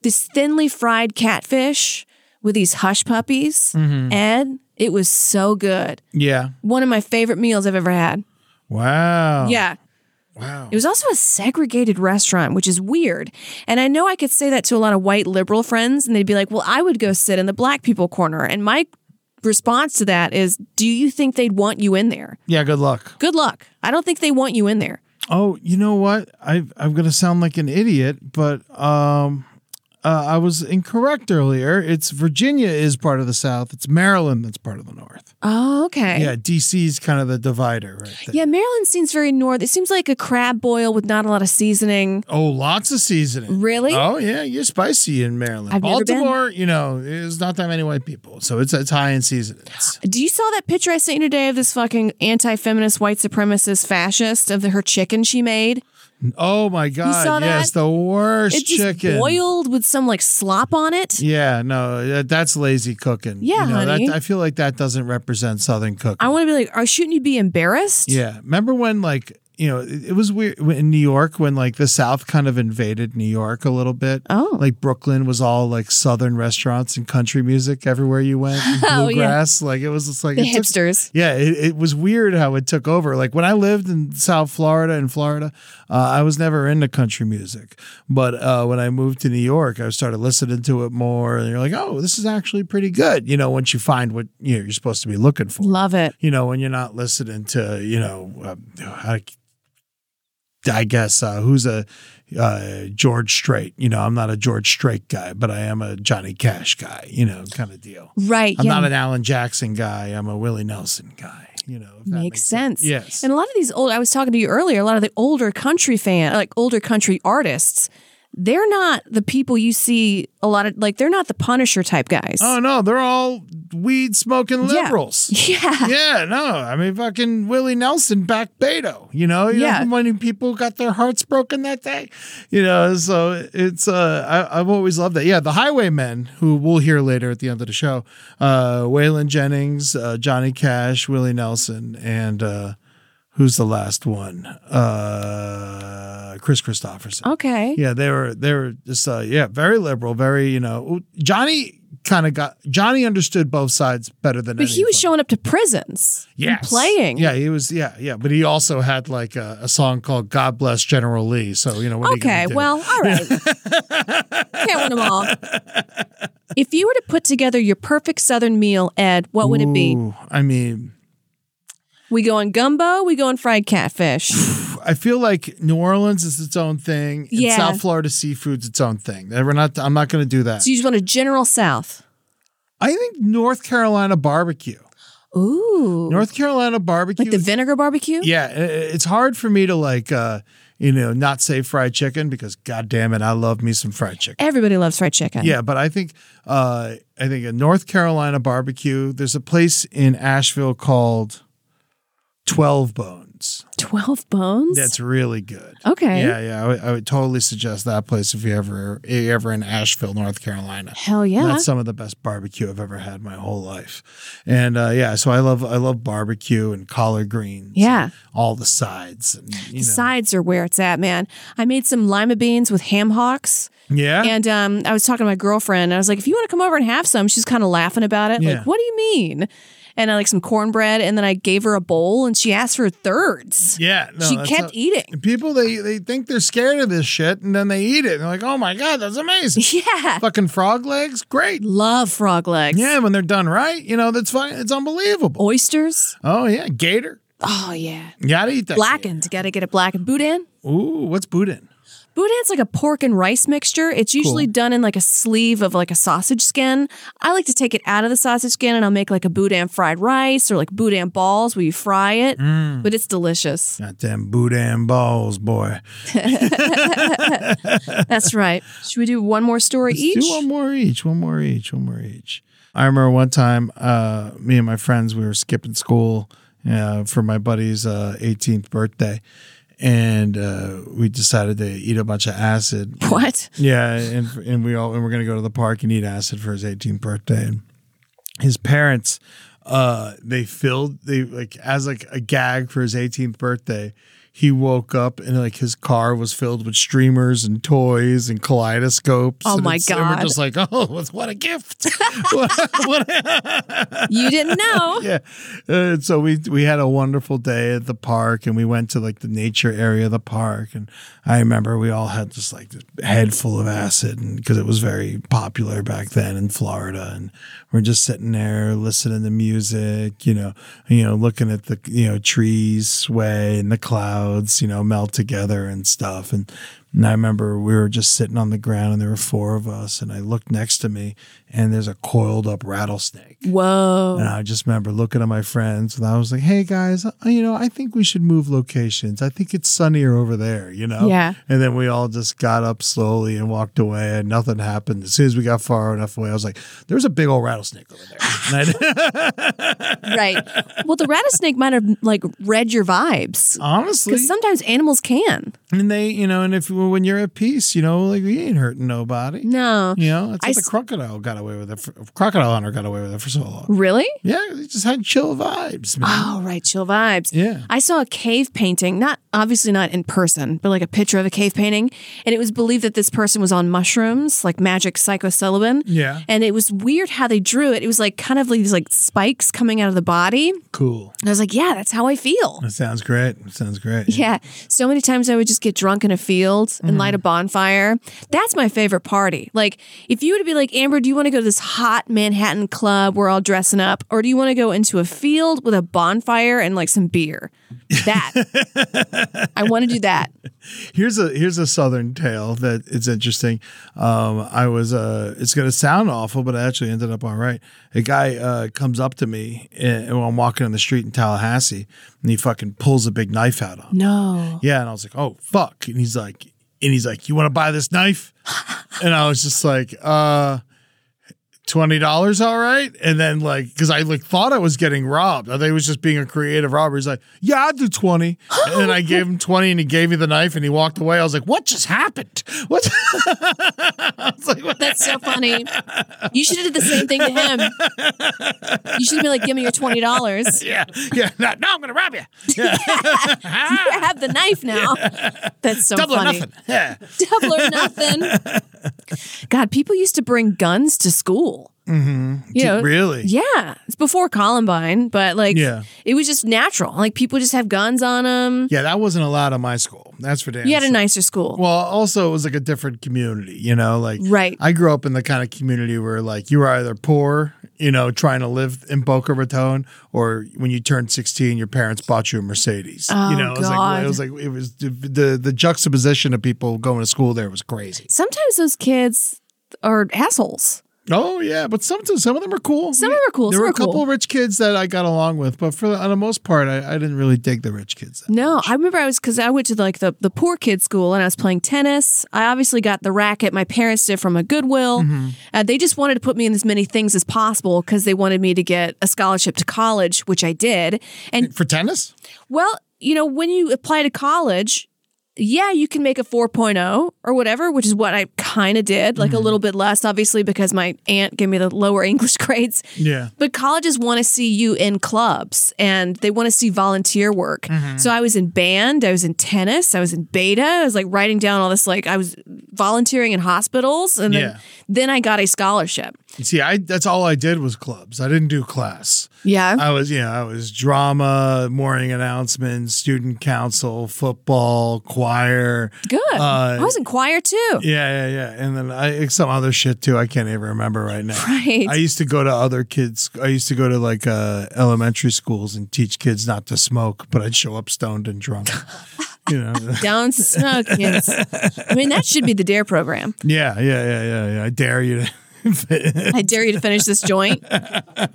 this thinly fried catfish with these hush puppies Mm-hmm. and it was so good yeah. one of my favorite meals i've ever had Wow. yeah Oh. Wow. it was also a segregated restaurant which is weird and i know i could say that to a lot of white liberal friends and they'd be like well i would go sit in the black people corner and my response to that is do you think they'd want you in there Yeah, good luck. good luck i don't think they want you in there Oh, you know what? I I'm going to sound like an idiot, but um uh, I was incorrect earlier. It's Virginia is part of the South. It's Maryland that's part of the North. oh okay Yeah, DC's kind of the divider right there. yeah maryland seems very north it seems like a crab boil with not a lot of seasoning Oh, lots of seasoning. Really? Oh yeah, you're spicy in Maryland. I've never been. Baltimore, you know, there's not that many white people, so it's it's high in seasonings. Do you saw that picture I sent you today of this fucking anti-feminist white supremacist fascist of the, her chicken she made? Oh my God! saw that? Yes, the worst It just chicken. boiled with some like slop on it. Yeah, no, that, that's lazy cooking. Yeah, you know, honey. That, I feel like that doesn't represent Southern cooking. I want to be like, oh, shouldn't you be embarrassed? yeah, remember when like you know it, it was weird when- in New York when like the South kind of invaded New York a little bit. Oh. like Brooklyn was all like Southern restaurants and country music everywhere you went. and Oh, yeah. bluegrass, like it was just like The it took- hipsters. yeah, it, it was weird how it took over. Like when I lived in South Florida in Florida, uh, I was never into country music. But uh, when I moved to New York, I started listening to it more. And you're like, oh, this is actually pretty good. You know, once you find what you know, you're supposed to be looking for. Love it. You know, when you're not listening to, you know, um, I, I guess uh, who's a uh, George Strait. You know, I'm not a George Strait guy, but I am a Johnny Cash guy. You know, kind of deal. Right. I'm yeah. not an Alan Jackson guy. I'm a Willie Nelson guy. You know, if that Makes sense. Yes. And a lot of these old, I was talking to you earlier, a lot of the older country fan, like older country artists, they're not the people you see a lot of, like, they're not the Punisher type guys. Oh no, they're all weed smoking Yeah. liberals. yeah. Yeah, no. I mean, fucking Willie Nelson back Beto. You know, you Yeah. know how many people got their hearts broken that day. You know, so it's uh, I, I've always loved that. Yeah, the Highwaymen, who we'll hear later at the end of the show, uh, Waylon Jennings, uh, Johnny Cash, Willie Nelson, and uh, who's the last one? Uh, Chris Christopherson. Okay. Yeah, they were they were just uh, yeah, very liberal, very you know Johnny kind of got Johnny understood both sides better than. But he was anyone. showing up to prisons. and Yes. Playing. Yeah, he was. Yeah, yeah. But he also had like a, a song called "God Bless General Lee." So you know what? are you gonna Okay. do? Well, all right. Can't win them all. If you were to put together your perfect Southern meal, Ed, what would it be? Ooh, I mean, We go on gumbo, we go on fried catfish. I feel like New Orleans is its own thing. and Yeah. South Florida seafood's its own thing. We're not. I'm not going to do that. so you just want a general South. I think North Carolina barbecue. Ooh. North Carolina barbecue. like the vinegar barbecue? yeah, i- i- it's hard for me to like. uh you know, not say fried chicken because god damn it, I love me some fried chicken. Everybody loves fried chicken. Yeah, but I think uh, I think a North Carolina barbecue. There's a place in Asheville called Twelve Bones 12 bones? that's really good. Okay. Yeah, yeah. I would, I would totally suggest that place if you ever if you're ever in Asheville, North Carolina. Hell yeah. That's some of the best barbecue I've ever had my whole life, and uh, yeah, so I love I love barbecue and collard greens. Yeah. and all the sides. And, you the know. sides are where it's at, man. I made some lima beans with ham hocks. Yeah, And um, I was talking to my girlfriend, and I was like, if you want to come over and have some, she's kind of laughing about it. Yeah. Like, what do you mean? And I like some cornbread, and then I gave her a bowl, and she asked for thirds. yeah. no, she that's kept how- eating. And people they they think they're scared of this shit and then they eat it and they're like, oh my god, that's amazing. Yeah. Fucking frog legs, great. Love frog legs. Yeah, when they're done right, you know that's fine. It's unbelievable. Oysters. Oh yeah, gator. Oh, yeah. You gotta eat that. Blackened. Got to get it blackened. Boudin. shit. Ooh, what's boudin? Boudin's like a pork and rice mixture. It's usually done in like a sleeve of like a sausage skin. I like to take it out of the sausage skin and I'll make like a boudin fried rice or like boudin balls where you fry it. Mm. But it's delicious. Goddamn boudin balls, boy. That's right. Should we do one more story Let's each? Do one more each, one more each, one more each. I remember one time, uh, me and my friends, we were skipping school uh, for my buddy's uh, 18th birthday, and uh, we decided to eat a bunch of acid. What? Yeah, and and we all and we're gonna go to the park and eat acid for his 18th birthday. And his parents, uh, they filled they like as like a gag for his 18th birthday. He woke up and like his car was filled with streamers and toys and kaleidoscopes. Oh, and my it's- and God. we're just like, oh, what- what a gift! what, what a- You didn't know. yeah. Uh, so we we had a wonderful day at the park, and we went to like the nature area of the park. And I remember we all had just like this head full of acid, and because it was very popular back then in Florida, and we're just sitting there listening to music, you know, you know, looking at the you know trees sway and the clouds, you know, melt together and stuff, and. And I remember we were just sitting on the ground and there were four of us. And I looked next to me and there's a coiled up rattlesnake. Whoa. And I just remember looking at my friends and I was like, hey guys, uh, you know, I think we should move locations. I think it's sunnier over there, you know? Yeah. And then we all just got up slowly and walked away and nothing happened. As soon as we got far enough away, I was like, there's a big old rattlesnake over there. And I- Right. Well, the rattlesnake might have like read your vibes. honestly, Because sometimes animals can. and they, you know, and if when you're at peace, you know, like we ain't hurting nobody. No. You know, that's I what the s- crocodile got away with it. For, crocodile hunter got away with it for so long. Really? Yeah, they just had chill vibes, man. Oh, right. Chill vibes. Yeah. I saw a cave painting, not obviously not in person, but like a picture of a cave painting. And it was believed that this person was on mushrooms, like magic psilocybin. Yeah. And it was weird how they drew it. It was like kind of like these like spikes coming out of the body. And Cool. I was like, yeah, that's how I feel. That sounds great. That sounds great. Yeah. So many times I would just get drunk in a field Mm-hmm. and light a bonfire. That's my favorite party. Like, if you were to be like, Amber, do you want to go to this hot Manhattan club? We're all dressing up. Or do you want to go into a field with a bonfire and like some beer? That. I want to do that. Here's a here's a southern tale that it's interesting. Um, I was uh, it's gonna sound awful, but I actually ended up all right. A guy uh, comes up to me eh, and, and I'm walking on the street in Tallahassee, and he fucking pulls a big knife out on. me. No. Yeah, and I was like, oh fuck, and he's like, and he's like, you want to buy this knife? and I was just like, uh. Twenty dollars, all right, and then like, because I like thought I was getting robbed. I thought he was just being a creative robber. He's like, "Yeah, I'll do 20. and then I gave him twenty, and he gave me the knife, and he walked away. I was like, "What just happened? What?" I was like, what? That's so funny. You should have did the same thing to him. You should have been like, give me your $20. You "Yeah, yeah, no, no, I'm gonna rob you." Yeah, have the knife now. That's so double or funny. nothing. Yeah. Double or nothing. God, people used to bring guns to school. Mm-hmm. You know, really? Yeah. It's before Columbine, but like, Yeah. it was just natural. Like, people just have guns on them. Yeah, that wasn't allowed at my school. That's for damn. You had a sure. nicer school. Well, also it was like a different community, you know, like Right. I grew up in the kind of community where like you were either poor, you know, trying to live in Boca Raton, or when you turned sixteen, your parents bought you a Mercedes. Oh, you know, it was like God. it was like it was the, the the juxtaposition of people going to school there was crazy. Sometimes those kids are assholes. Oh yeah, but some some of them are cool. Some of them are cool, There some were are a couple cool. of rich kids that I got along with, but for the, on the most part, I, I didn't really dig the rich kids. that No, I remember I was because I went to like the the poor kid school and I was playing tennis. I obviously got the racket my parents did from a Goodwill. Mm-hmm. Uh, they just wanted to put me in as many things as possible because they wanted me to get a scholarship to college, which I did. And For tennis, well, you know, when you apply to college, yeah, you can make a 4.0 or whatever, which is what I kind of did, Mm-hmm. like a little bit less, obviously, because my aunt gave me the lower English grades. yeah, But colleges want to see you in clubs and they want to see volunteer work. Mm-hmm. So I was in band, I was in tennis, I was in beta, I was like writing down all this like I was volunteering in hospitals and then Yeah. then I got a scholarship. see, I that's all I did was clubs. I didn't do class. Yeah. I was, you know, I was drama, morning announcements, student council, football, choir. Good. Uh, I was in choir too. Yeah, yeah, yeah. And then I some other shit too. I can't even remember right now. Right. I used to go to other kids. I used to go to like uh, elementary schools and teach kids not to smoke, but I'd show up stoned and drunk. you know. Down snug kids. I mean, that should be the DARE E program. Yeah, yeah, yeah, yeah, yeah. I dare you to. I dare you to finish this joint. Uh,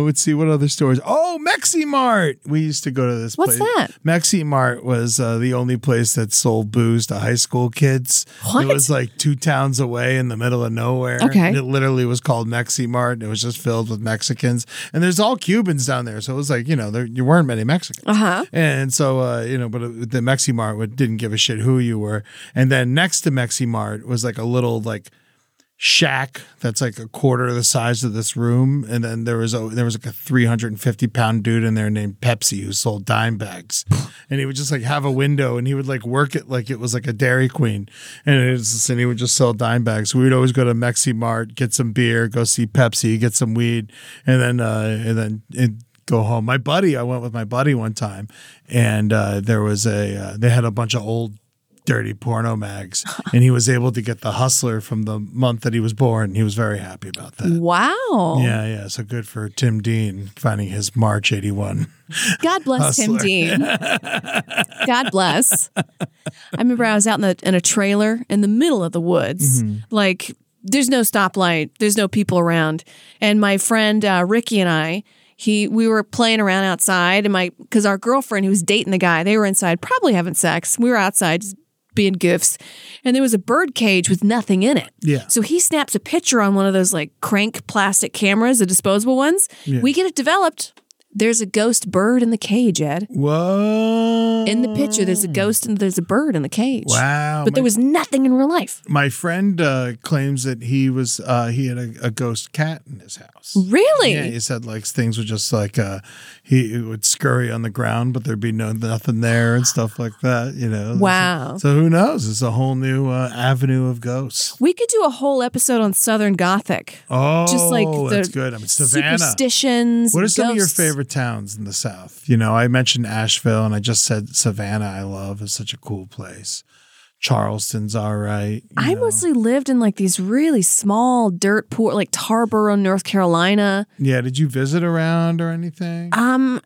let's see what other stores. Oh, Mexi-Mart. We used to go to this What's place. that? Mexi-Mart was uh, the only place that sold booze to high school kids. What? It was like two towns away in the middle of nowhere. Okay. And it literally was called Mexi-Mart and it was just filled with Mexicans. And there's all Cubans down there. So it was like, you know, there you weren't many Mexicans. Uh-huh. And so, uh, you know, but it- the Mexi-Mart would- didn't give a shit who you were. And then next to Mexi-Mart was like a little like shack that's like a quarter of the size of this room and then there was a there was like a 350 pound dude in there named pepsi who sold dime bags and he would just like have a window and he would like work it like it was like a dairy queen and it was just, and he would just sell dime bags we would always go to mexi mart get some beer go see pepsi get some weed and then uh and then and go home my buddy i went with my buddy one time and uh there was a uh, they had a bunch of old dirty porno mags and he was able to get the hustler from the month that he was born he was very happy about that Wow. yeah yeah so good for tim dean finding his march 81 God bless Tim Hustler. Dean. God bless. I remember I was out in, the, in a trailer in the middle of the woods. Like, there's no stoplight, there's no people around. And my friend uh, Ricky and I, he we were playing around outside, and my because our girlfriend who was dating the guy, they were inside probably having sex. We were outside just being goofs, and there was a bird cage with nothing in it. Yeah. So he snaps a picture on one of those like crank plastic cameras, the disposable ones. We get it developed. There's a ghost bird in the cage, Ed. whoa In the picture, there's a ghost and there's a bird in the cage. wow But there was nothing in real life. my friend uh, claims that he was uh, he had a, a ghost cat in his house Really? Yeah, he said like things would just like uh, he it would scurry on the ground, but there'd be no nothing there and stuff like that. You know. Wow. So who knows? It's a whole new uh, avenue of ghosts. We could do a whole episode on Southern Gothic. Oh, Just like the that's good. I mean, Savannah. superstitions. What are and some of your ghosts. favorite towns in the South? You know, I mentioned Asheville, and I just said Savannah. I love is such a cool place. Charleston's all right. you I know. mostly lived in like these really small dirt poor, like Tarboro, North Carolina. yeah. Did you visit around or anything? Um,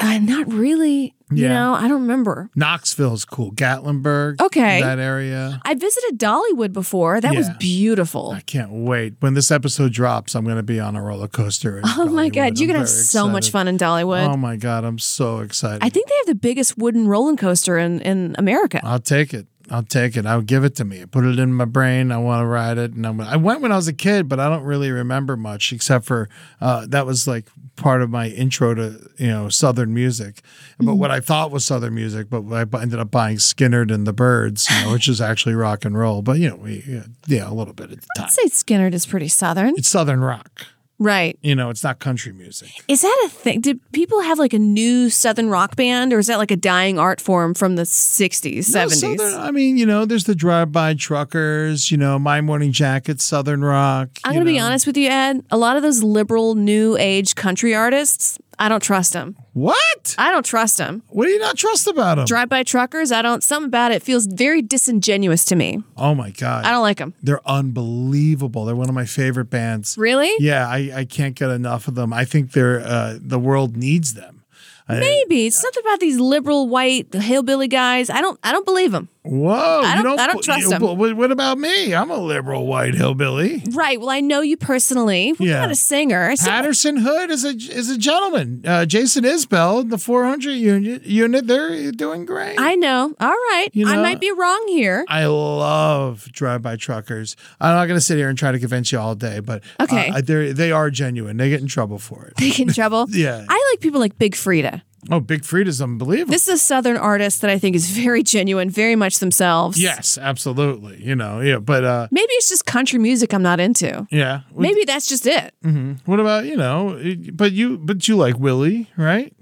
I'm not really, you Yeah. know, I don't remember. Knoxville's cool. Gatlinburg. Okay. That area. I visited Dollywood before. That was Yeah. beautiful. I can't wait. When this episode drops, I'm going to be on a roller coaster. in Oh my God, you're Dollywood. I'm going to have very so much excited. fun in Dollywood. Oh my God, I'm so excited. I think they have the biggest wooden roller coaster in, in America. I'll take it. I'll take it. I'll give it to me. Put it in my brain. I want to ride it. And I'm, I went when I was a kid, but I don't really remember much except for uh, that was like part of my intro to you know Southern music. But Mm-hmm. what I thought was Southern music, but I bu- ended up buying Skinnerd and the Birds, you know, which is actually rock and roll. But you know, we, yeah, yeah, a little bit at the time. I'd say Skinnerd is pretty southern. It's Southern rock. Right. You know, it's not country music. Is that a thing? Did people have like a new southern rock band or is that like a dying art form from the 60s, No, 70s? Southern- I mean, you know, there's the drive-by truckers. You know, my morning jacket, Southern rock. I'm you going to be know. honest with you, Ed. A lot of those liberal new age country artists, I don't trust them. What? I don't trust them. What do you not trust about him? Drive by truckers, I don't, something about it feels very disingenuous to me. oh my god, I don't like them. they're unbelievable. They're one of my favorite bands. Really? Yeah, I, I can't get enough of them. I think they're uh, the world needs them. I- Maybe it's something about these liberal white hillbilly guys. I don't. I don't believe them. Whoa, I you don't- don't, I don't bu- trust you- 'em. but What, what about me? I'm a liberal white hillbilly. Right. Well, I know you personally. We're Yeah. not a singer. So Patterson Hood is a is a gentleman. Uh, Jason Isbell, the 400 unit unit, they're doing great. I know. All right. You I know- might be wrong here. I love drive-by truckers. I'm not going to sit here and try to convince you all day, but uh, Okay. they're they are genuine. They get in trouble for it. Big in trouble. Yeah. I like people like Big Frida. Oh, Big Frida's unbelievable. This is a Southern artist that I think is very genuine, very much themselves. yes, absolutely. You know, yeah, but uh, Maybe it's just country music I'm not into. yeah. Maybe that's just it. Mm. What about you know? it- But you, but you like Willie, right?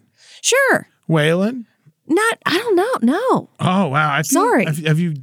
Sure. Waylon. Not. I don't know. No. Oh wow! I feel- Sorry. Have, have you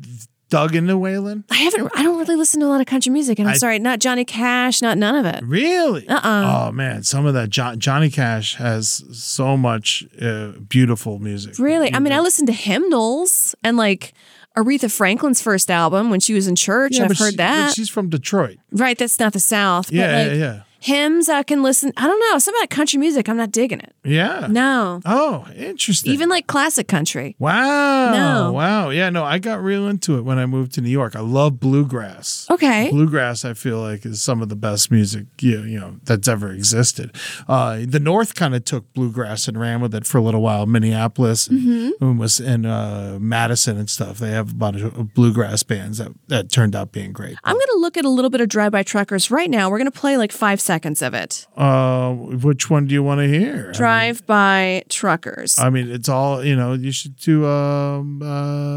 dug into Waylon? I haven't. I don't really listen to a lot of country music, and I'm I- sorry. Not Johnny Cash. Not none of it. Really? Uh-uh. Oh man, some of that jo- Johnny Cash has so much uh, beautiful music. Really? I mean, I Beautiful. listened to hymnals and like Aretha Franklin's first album when she was in church. Yeah, I've but heard she- but that. she's from Detroit. Right, that's not the South. But Yeah, like yeah, yeah. hymns I can listen. I don't know. Some about country music, I'm not digging it. Yeah. No. Oh, interesting. Even like classic country. Wow. No. Wow. Yeah, no, I got real into it when I moved to New York. I love bluegrass. Okay. Bluegrass, I feel like, is some of the best music you, you know that's ever existed. Uh, the North kind of took bluegrass and ran with it for a little while. Minneapolis and, and was in uh, Madison and stuff. They have a bunch of bluegrass bands that, that turned out being great. I'm going to look at a little bit of Drive By Truckers right now. We're going to play like five seconds of it. Uh, which one do you want to hear? Drive By Truckers. I mean, it's all you know. You should do. Um,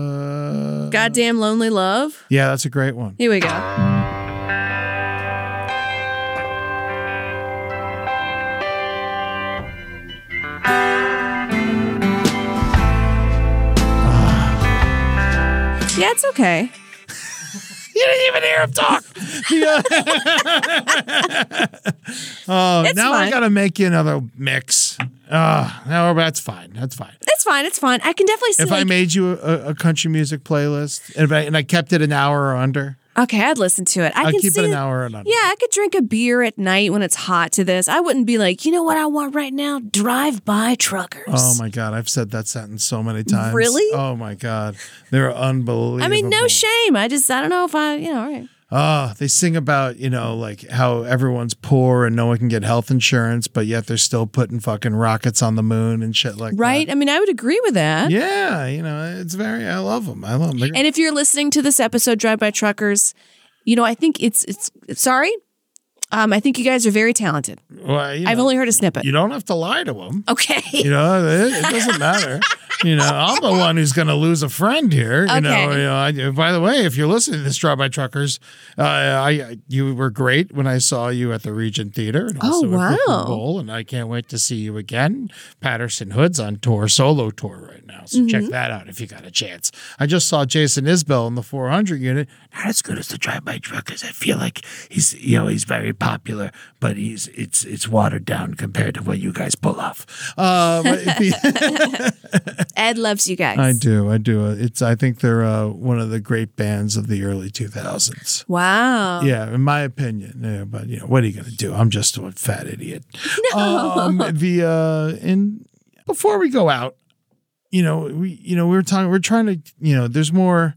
uh, Goddamn Lonely Love. Yeah, that's a great one. Here we go. Yeah, it's okay. You didn't even hear him talk. Yeah. oh, It's now fine. I gotta make you another mix. Uh, no, that's fine. That's fine. It's fine. It's fine. I can definitely see. If I like- made you a, a country music playlist and, if I, and I kept it an hour or under, okay, I'd listen to it. I I'd can keep see, it an hour or under. Yeah, I could drink a beer at night when it's hot to this. I wouldn't be like, you know what I want right now? Drive by truckers. Oh my god, I've said that sentence so many times. Really? Oh my god, they're unbelievable. I mean, no shame. I just, I don't know if I, you know, all right. Oh, they sing about, you know, like how everyone's poor and no one can get health insurance, but yet they're still putting fucking rockets on the moon and shit like Right? that. I mean, I would agree with that. Yeah, you know, it's very, I love them. I love them. And if you're listening to this episode, Drive by Truckers, you know, I think it's, it's, sorry. Um, I think you guys are very talented. Well, you I've know, only heard a snippet. You don't have to lie to them. okay. You know, it, it doesn't matter. You know, I'm the one who's going to lose a friend here. You know, Okay. you know. I, by the way, if you're listening to this Drive by Truckers, uh, I I- you were great when I saw you at the Regent Theater and Oh, also at wow. Brooklyn Bowl, and I can't wait to see you again. Patterson Hood's on tour, solo tour right now, so Mm-hmm. check that out if you got a chance. I just saw Jason Isbell in the 400 unit. Not as good as the Drive by Truckers. I feel like he's you know he's very popular, but he's it's it's watered down compared to what you guys pull off. Uh, but it'd be- Ed loves you guys. I do, I do. It's I think they're uh, one of the great bands of the early 2000s. Wow. Yeah, in my opinion. Yeah, but you know, what are you going to do? I'm just a fat idiot. Um, the uh, in Before we go out, you know, we you know, we were talking we're trying to, you know, there's more,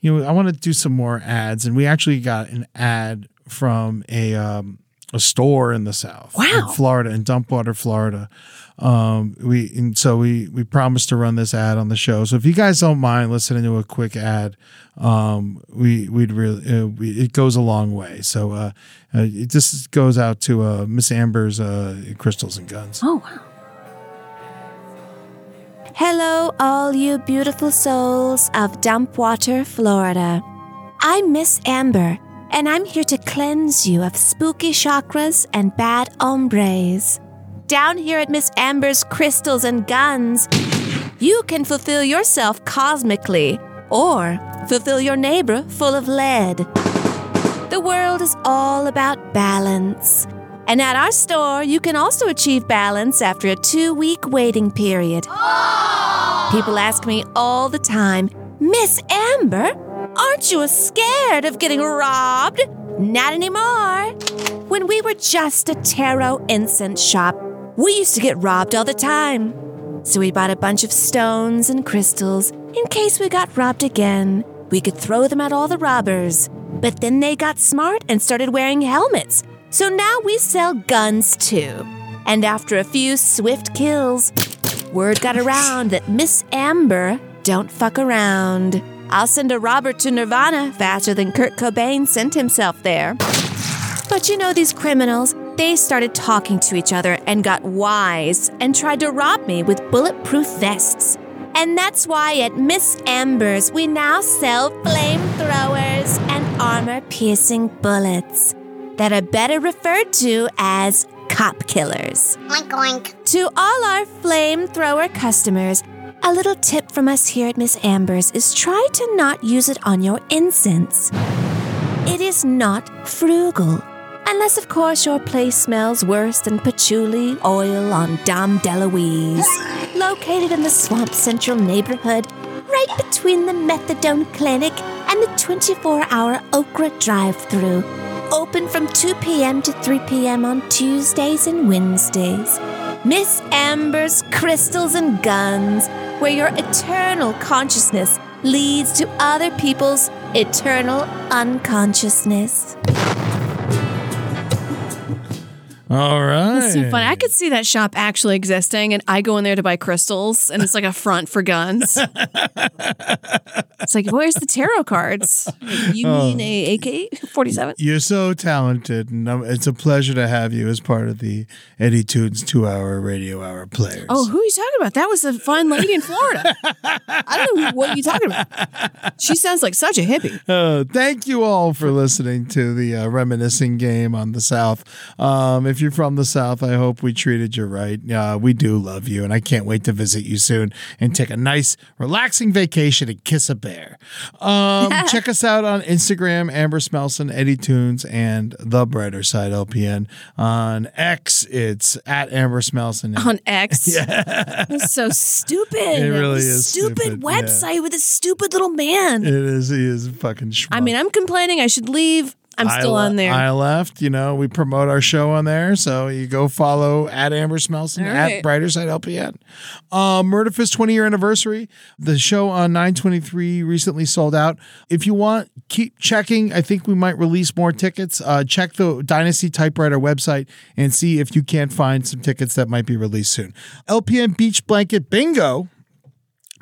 you know, I want to do some more ads and we actually got an ad from a um a store in the south Wow. in Florida in Dumpwater, Florida. Um we and so we we promised to run this ad on the show. So if you guys don't mind listening to a quick ad, um we we'd really uh, we, it goes a long way. So uh, uh it just goes out to uh Miss Amber's uh Crystals and Guns. Oh, wow. Hello, all you beautiful souls of Dumpwater, Florida. I'm Miss Amber, and I'm here to cleanse you of spooky chakras and bad hombres. Down here at Miss Amber's Crystals and Guns, you can fulfill yourself cosmically or fulfill your neighbor full of lead. The world is all about balance. And at our store, you can also achieve balance after a two week waiting period. People ask me all the time Miss Amber, aren't you scared of getting robbed? Not anymore. When we were just a tarot incense shop, we used to get robbed all the time. So we bought a bunch of stones and crystals in case we got robbed again. We could throw them at all the robbers. But then they got smart and started wearing helmets. So now we sell guns too. And after a few swift kills, word got around that Miss Amber don't fuck around. I'll send a robber to Nirvana faster than Kurt Cobain sent himself there. But you know, these criminals, they started talking to each other and got wise and tried to rob me with bulletproof vests. And that's why at Miss Amber's we now sell flamethrowers and armor piercing bullets that are better referred to as cop killers. To all our flamethrower customers, a little tip from us here at Miss Amber's is try to not use it on your incense. It is not frugal. Unless, of course, your place smells worse than patchouli oil on Dom DeLuise. Located in the Swamp Central neighborhood, right between the methadone clinic and the 24 hour okra drive through. Open from 2 p.m. to 3 p.m. on Tuesdays and Wednesdays. Miss Amber's Crystals and Guns, where your eternal consciousness leads to other people's eternal unconsciousness. All right. That's so funny. I could see that shop actually existing, and I go in there to buy crystals, and it's like a front for guns. it's like, where's the tarot cards? You mean a AK 47? You're so talented, and um, it's a pleasure to have you as part of the Eddie Tunes two hour radio hour players. Oh, who are you talking about? That was a fine lady in Florida. I don't know who- what you're talking about. She sounds like such a hippie. Uh, thank you all for listening to the uh, reminiscing game on the South. Um, if you're from the South, I hope we treated you right. Uh, we do love you, and I can't wait to visit you soon and take a nice, relaxing vacation and kiss a bear. Um, check us out on Instagram, Amber Smelson, Eddie Tunes, and The Brighter Side LPN. On X, it's at Amber Smelson. On X. It's so stupid. It really is Stupid, stupid, yeah. website with a stupid little man. It is. He is a fucking. Schmuck. I mean, I'm complaining. I should leave. I'm still I le- on there. I left. You know, we promote our show on there, so you go follow at Amber Smelson All at right. Brighter Side LPN. Um, Murderfist 20 year anniversary. The show on 923 recently sold out. If you want, keep checking. I think we might release more tickets. Uh, check the Dynasty Typewriter website and see if you can't find some tickets that might be released soon. LPN Beach Blanket Bingo.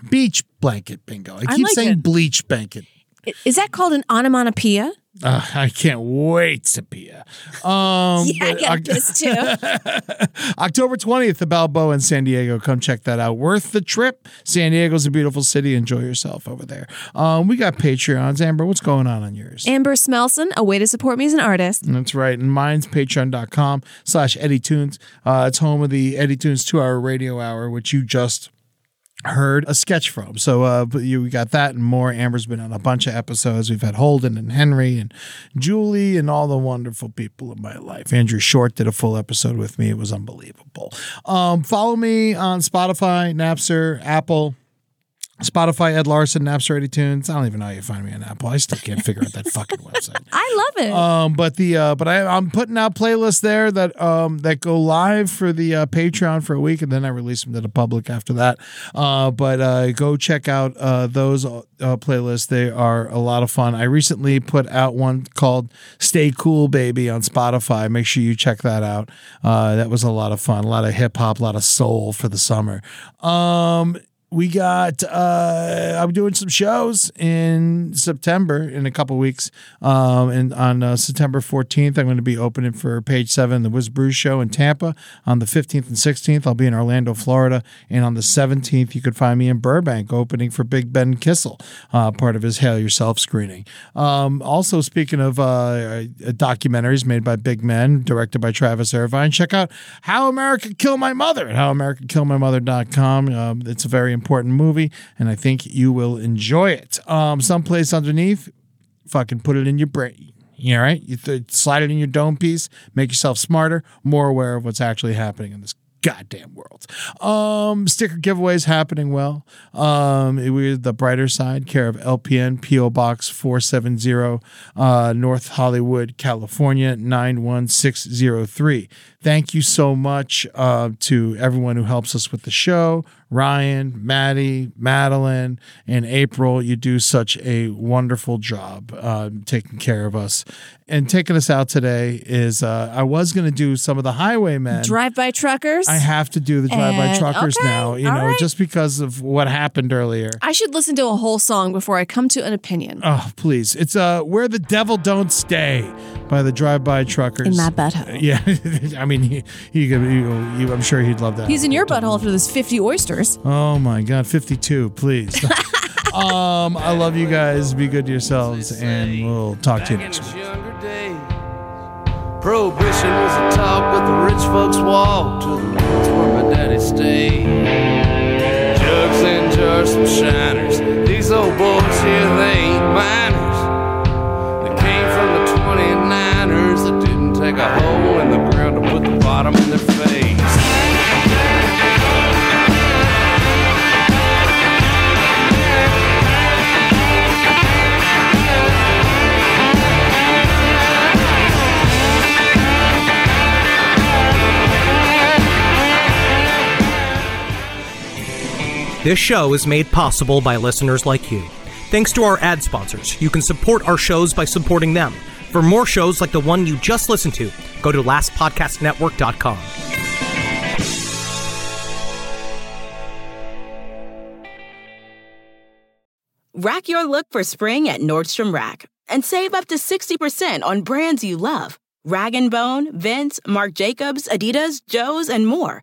Beach blanket bingo. I I keep like saying it. bleach blanket I- Is that called an onomatopoeia? uh, I can't wait to be a. Um, Yeah, I but got Oc- pissed too. October 20th, the Balboa in San Diego. Come check that out. Worth the trip. San Diego's a beautiful city. Enjoy yourself over there. Um, we got Patreons. Amber, what's going on on yours? Amber Smelson, a way to support me as an artist. That's right. And mine's patreon.com slash Eddie Tunes. Uh, it's home of the Eddie Tunes two hour radio hour, which you just heard a sketch from. So uh, but you we got that and more. Amber's been on a bunch of episodes. We've had Holden and Henry and Julie and all the wonderful people in my life. Andrew Short did a full episode with me. It was unbelievable. Um, follow me on Spotify, Napster, Apple. Spotify, Ed Larson, Napster, iTunes. I don't even know how you find me on Apple. I still can't figure out that fucking website. I love it. Um, but the uh, but I, I'm putting out playlists there that um that go live for the uh, Patreon for a week, and then I release them to the public after that. Uh, but uh, go check out uh, those uh, playlists; they are a lot of fun. I recently put out one called "Stay Cool, Baby" on Spotify. Make sure you check that out. Uh, that was a lot of fun. A lot of hip hop, a lot of soul for the summer. Um, we got uh i'm doing some shows in september in a couple weeks um and on uh, september 14th i'm going to be opening for page 7 the wiz brew show in tampa on the 15th and 16th i'll be in orlando florida and on the 17th you could find me in burbank opening for big ben kissel uh, part of his hail yourself screening um also speaking of uh, uh documentaries made by big men directed by travis irvine check out how america killed my mother at howamericakillmymother.com um, it's a very important movie, and I think you will enjoy it. Um, someplace underneath, fucking put it in your brain. You all right? You th- slide it in your dome piece, make yourself smarter, more aware of what's actually happening in this goddamn world. Um, sticker giveaways happening well. Um, we're the brighter side, care of LPN, PO Box 470, uh, North Hollywood, California 91603. Thank you so much uh, to everyone who helps us with the show. Ryan, Maddie, Madeline, and April, you do such a wonderful job uh, taking care of us. And taking us out today is uh, I was going to do some of the Highwaymen. Drive by truckers. I have to do the drive by And- truckers okay, now, you all know, right. just because of what happened earlier. I should listen to a whole song before I come to an opinion. Oh, please. It's uh Where the Devil Don't Stay by the Drive By Truckers. in my butthole. yeah, I mean, he, he, could, he, he- I'm sure he'd love that. He's in your butthole after those 50 oysters. Oh my God, 52, please. um, I love you guys. Be good to yourselves, and we'll talk to you next week. younger days. Prohibition was a talk with the rich folks walk to the woods where my daddy stayed. Jugs and jars, some shiners. These old boys here, they ain't miners. They came from the 29ers that didn't take a hole in the ground to put the bottom in their face. This show is made possible by listeners like you. Thanks to our ad sponsors, you can support our shows by supporting them. For more shows like the one you just listened to, go to lastpodcastnetwork.com. Rack your look for spring at Nordstrom Rack and save up to 60% on brands you love. Rag & Bone, Vince, Marc Jacobs, Adidas, Joe's, and more.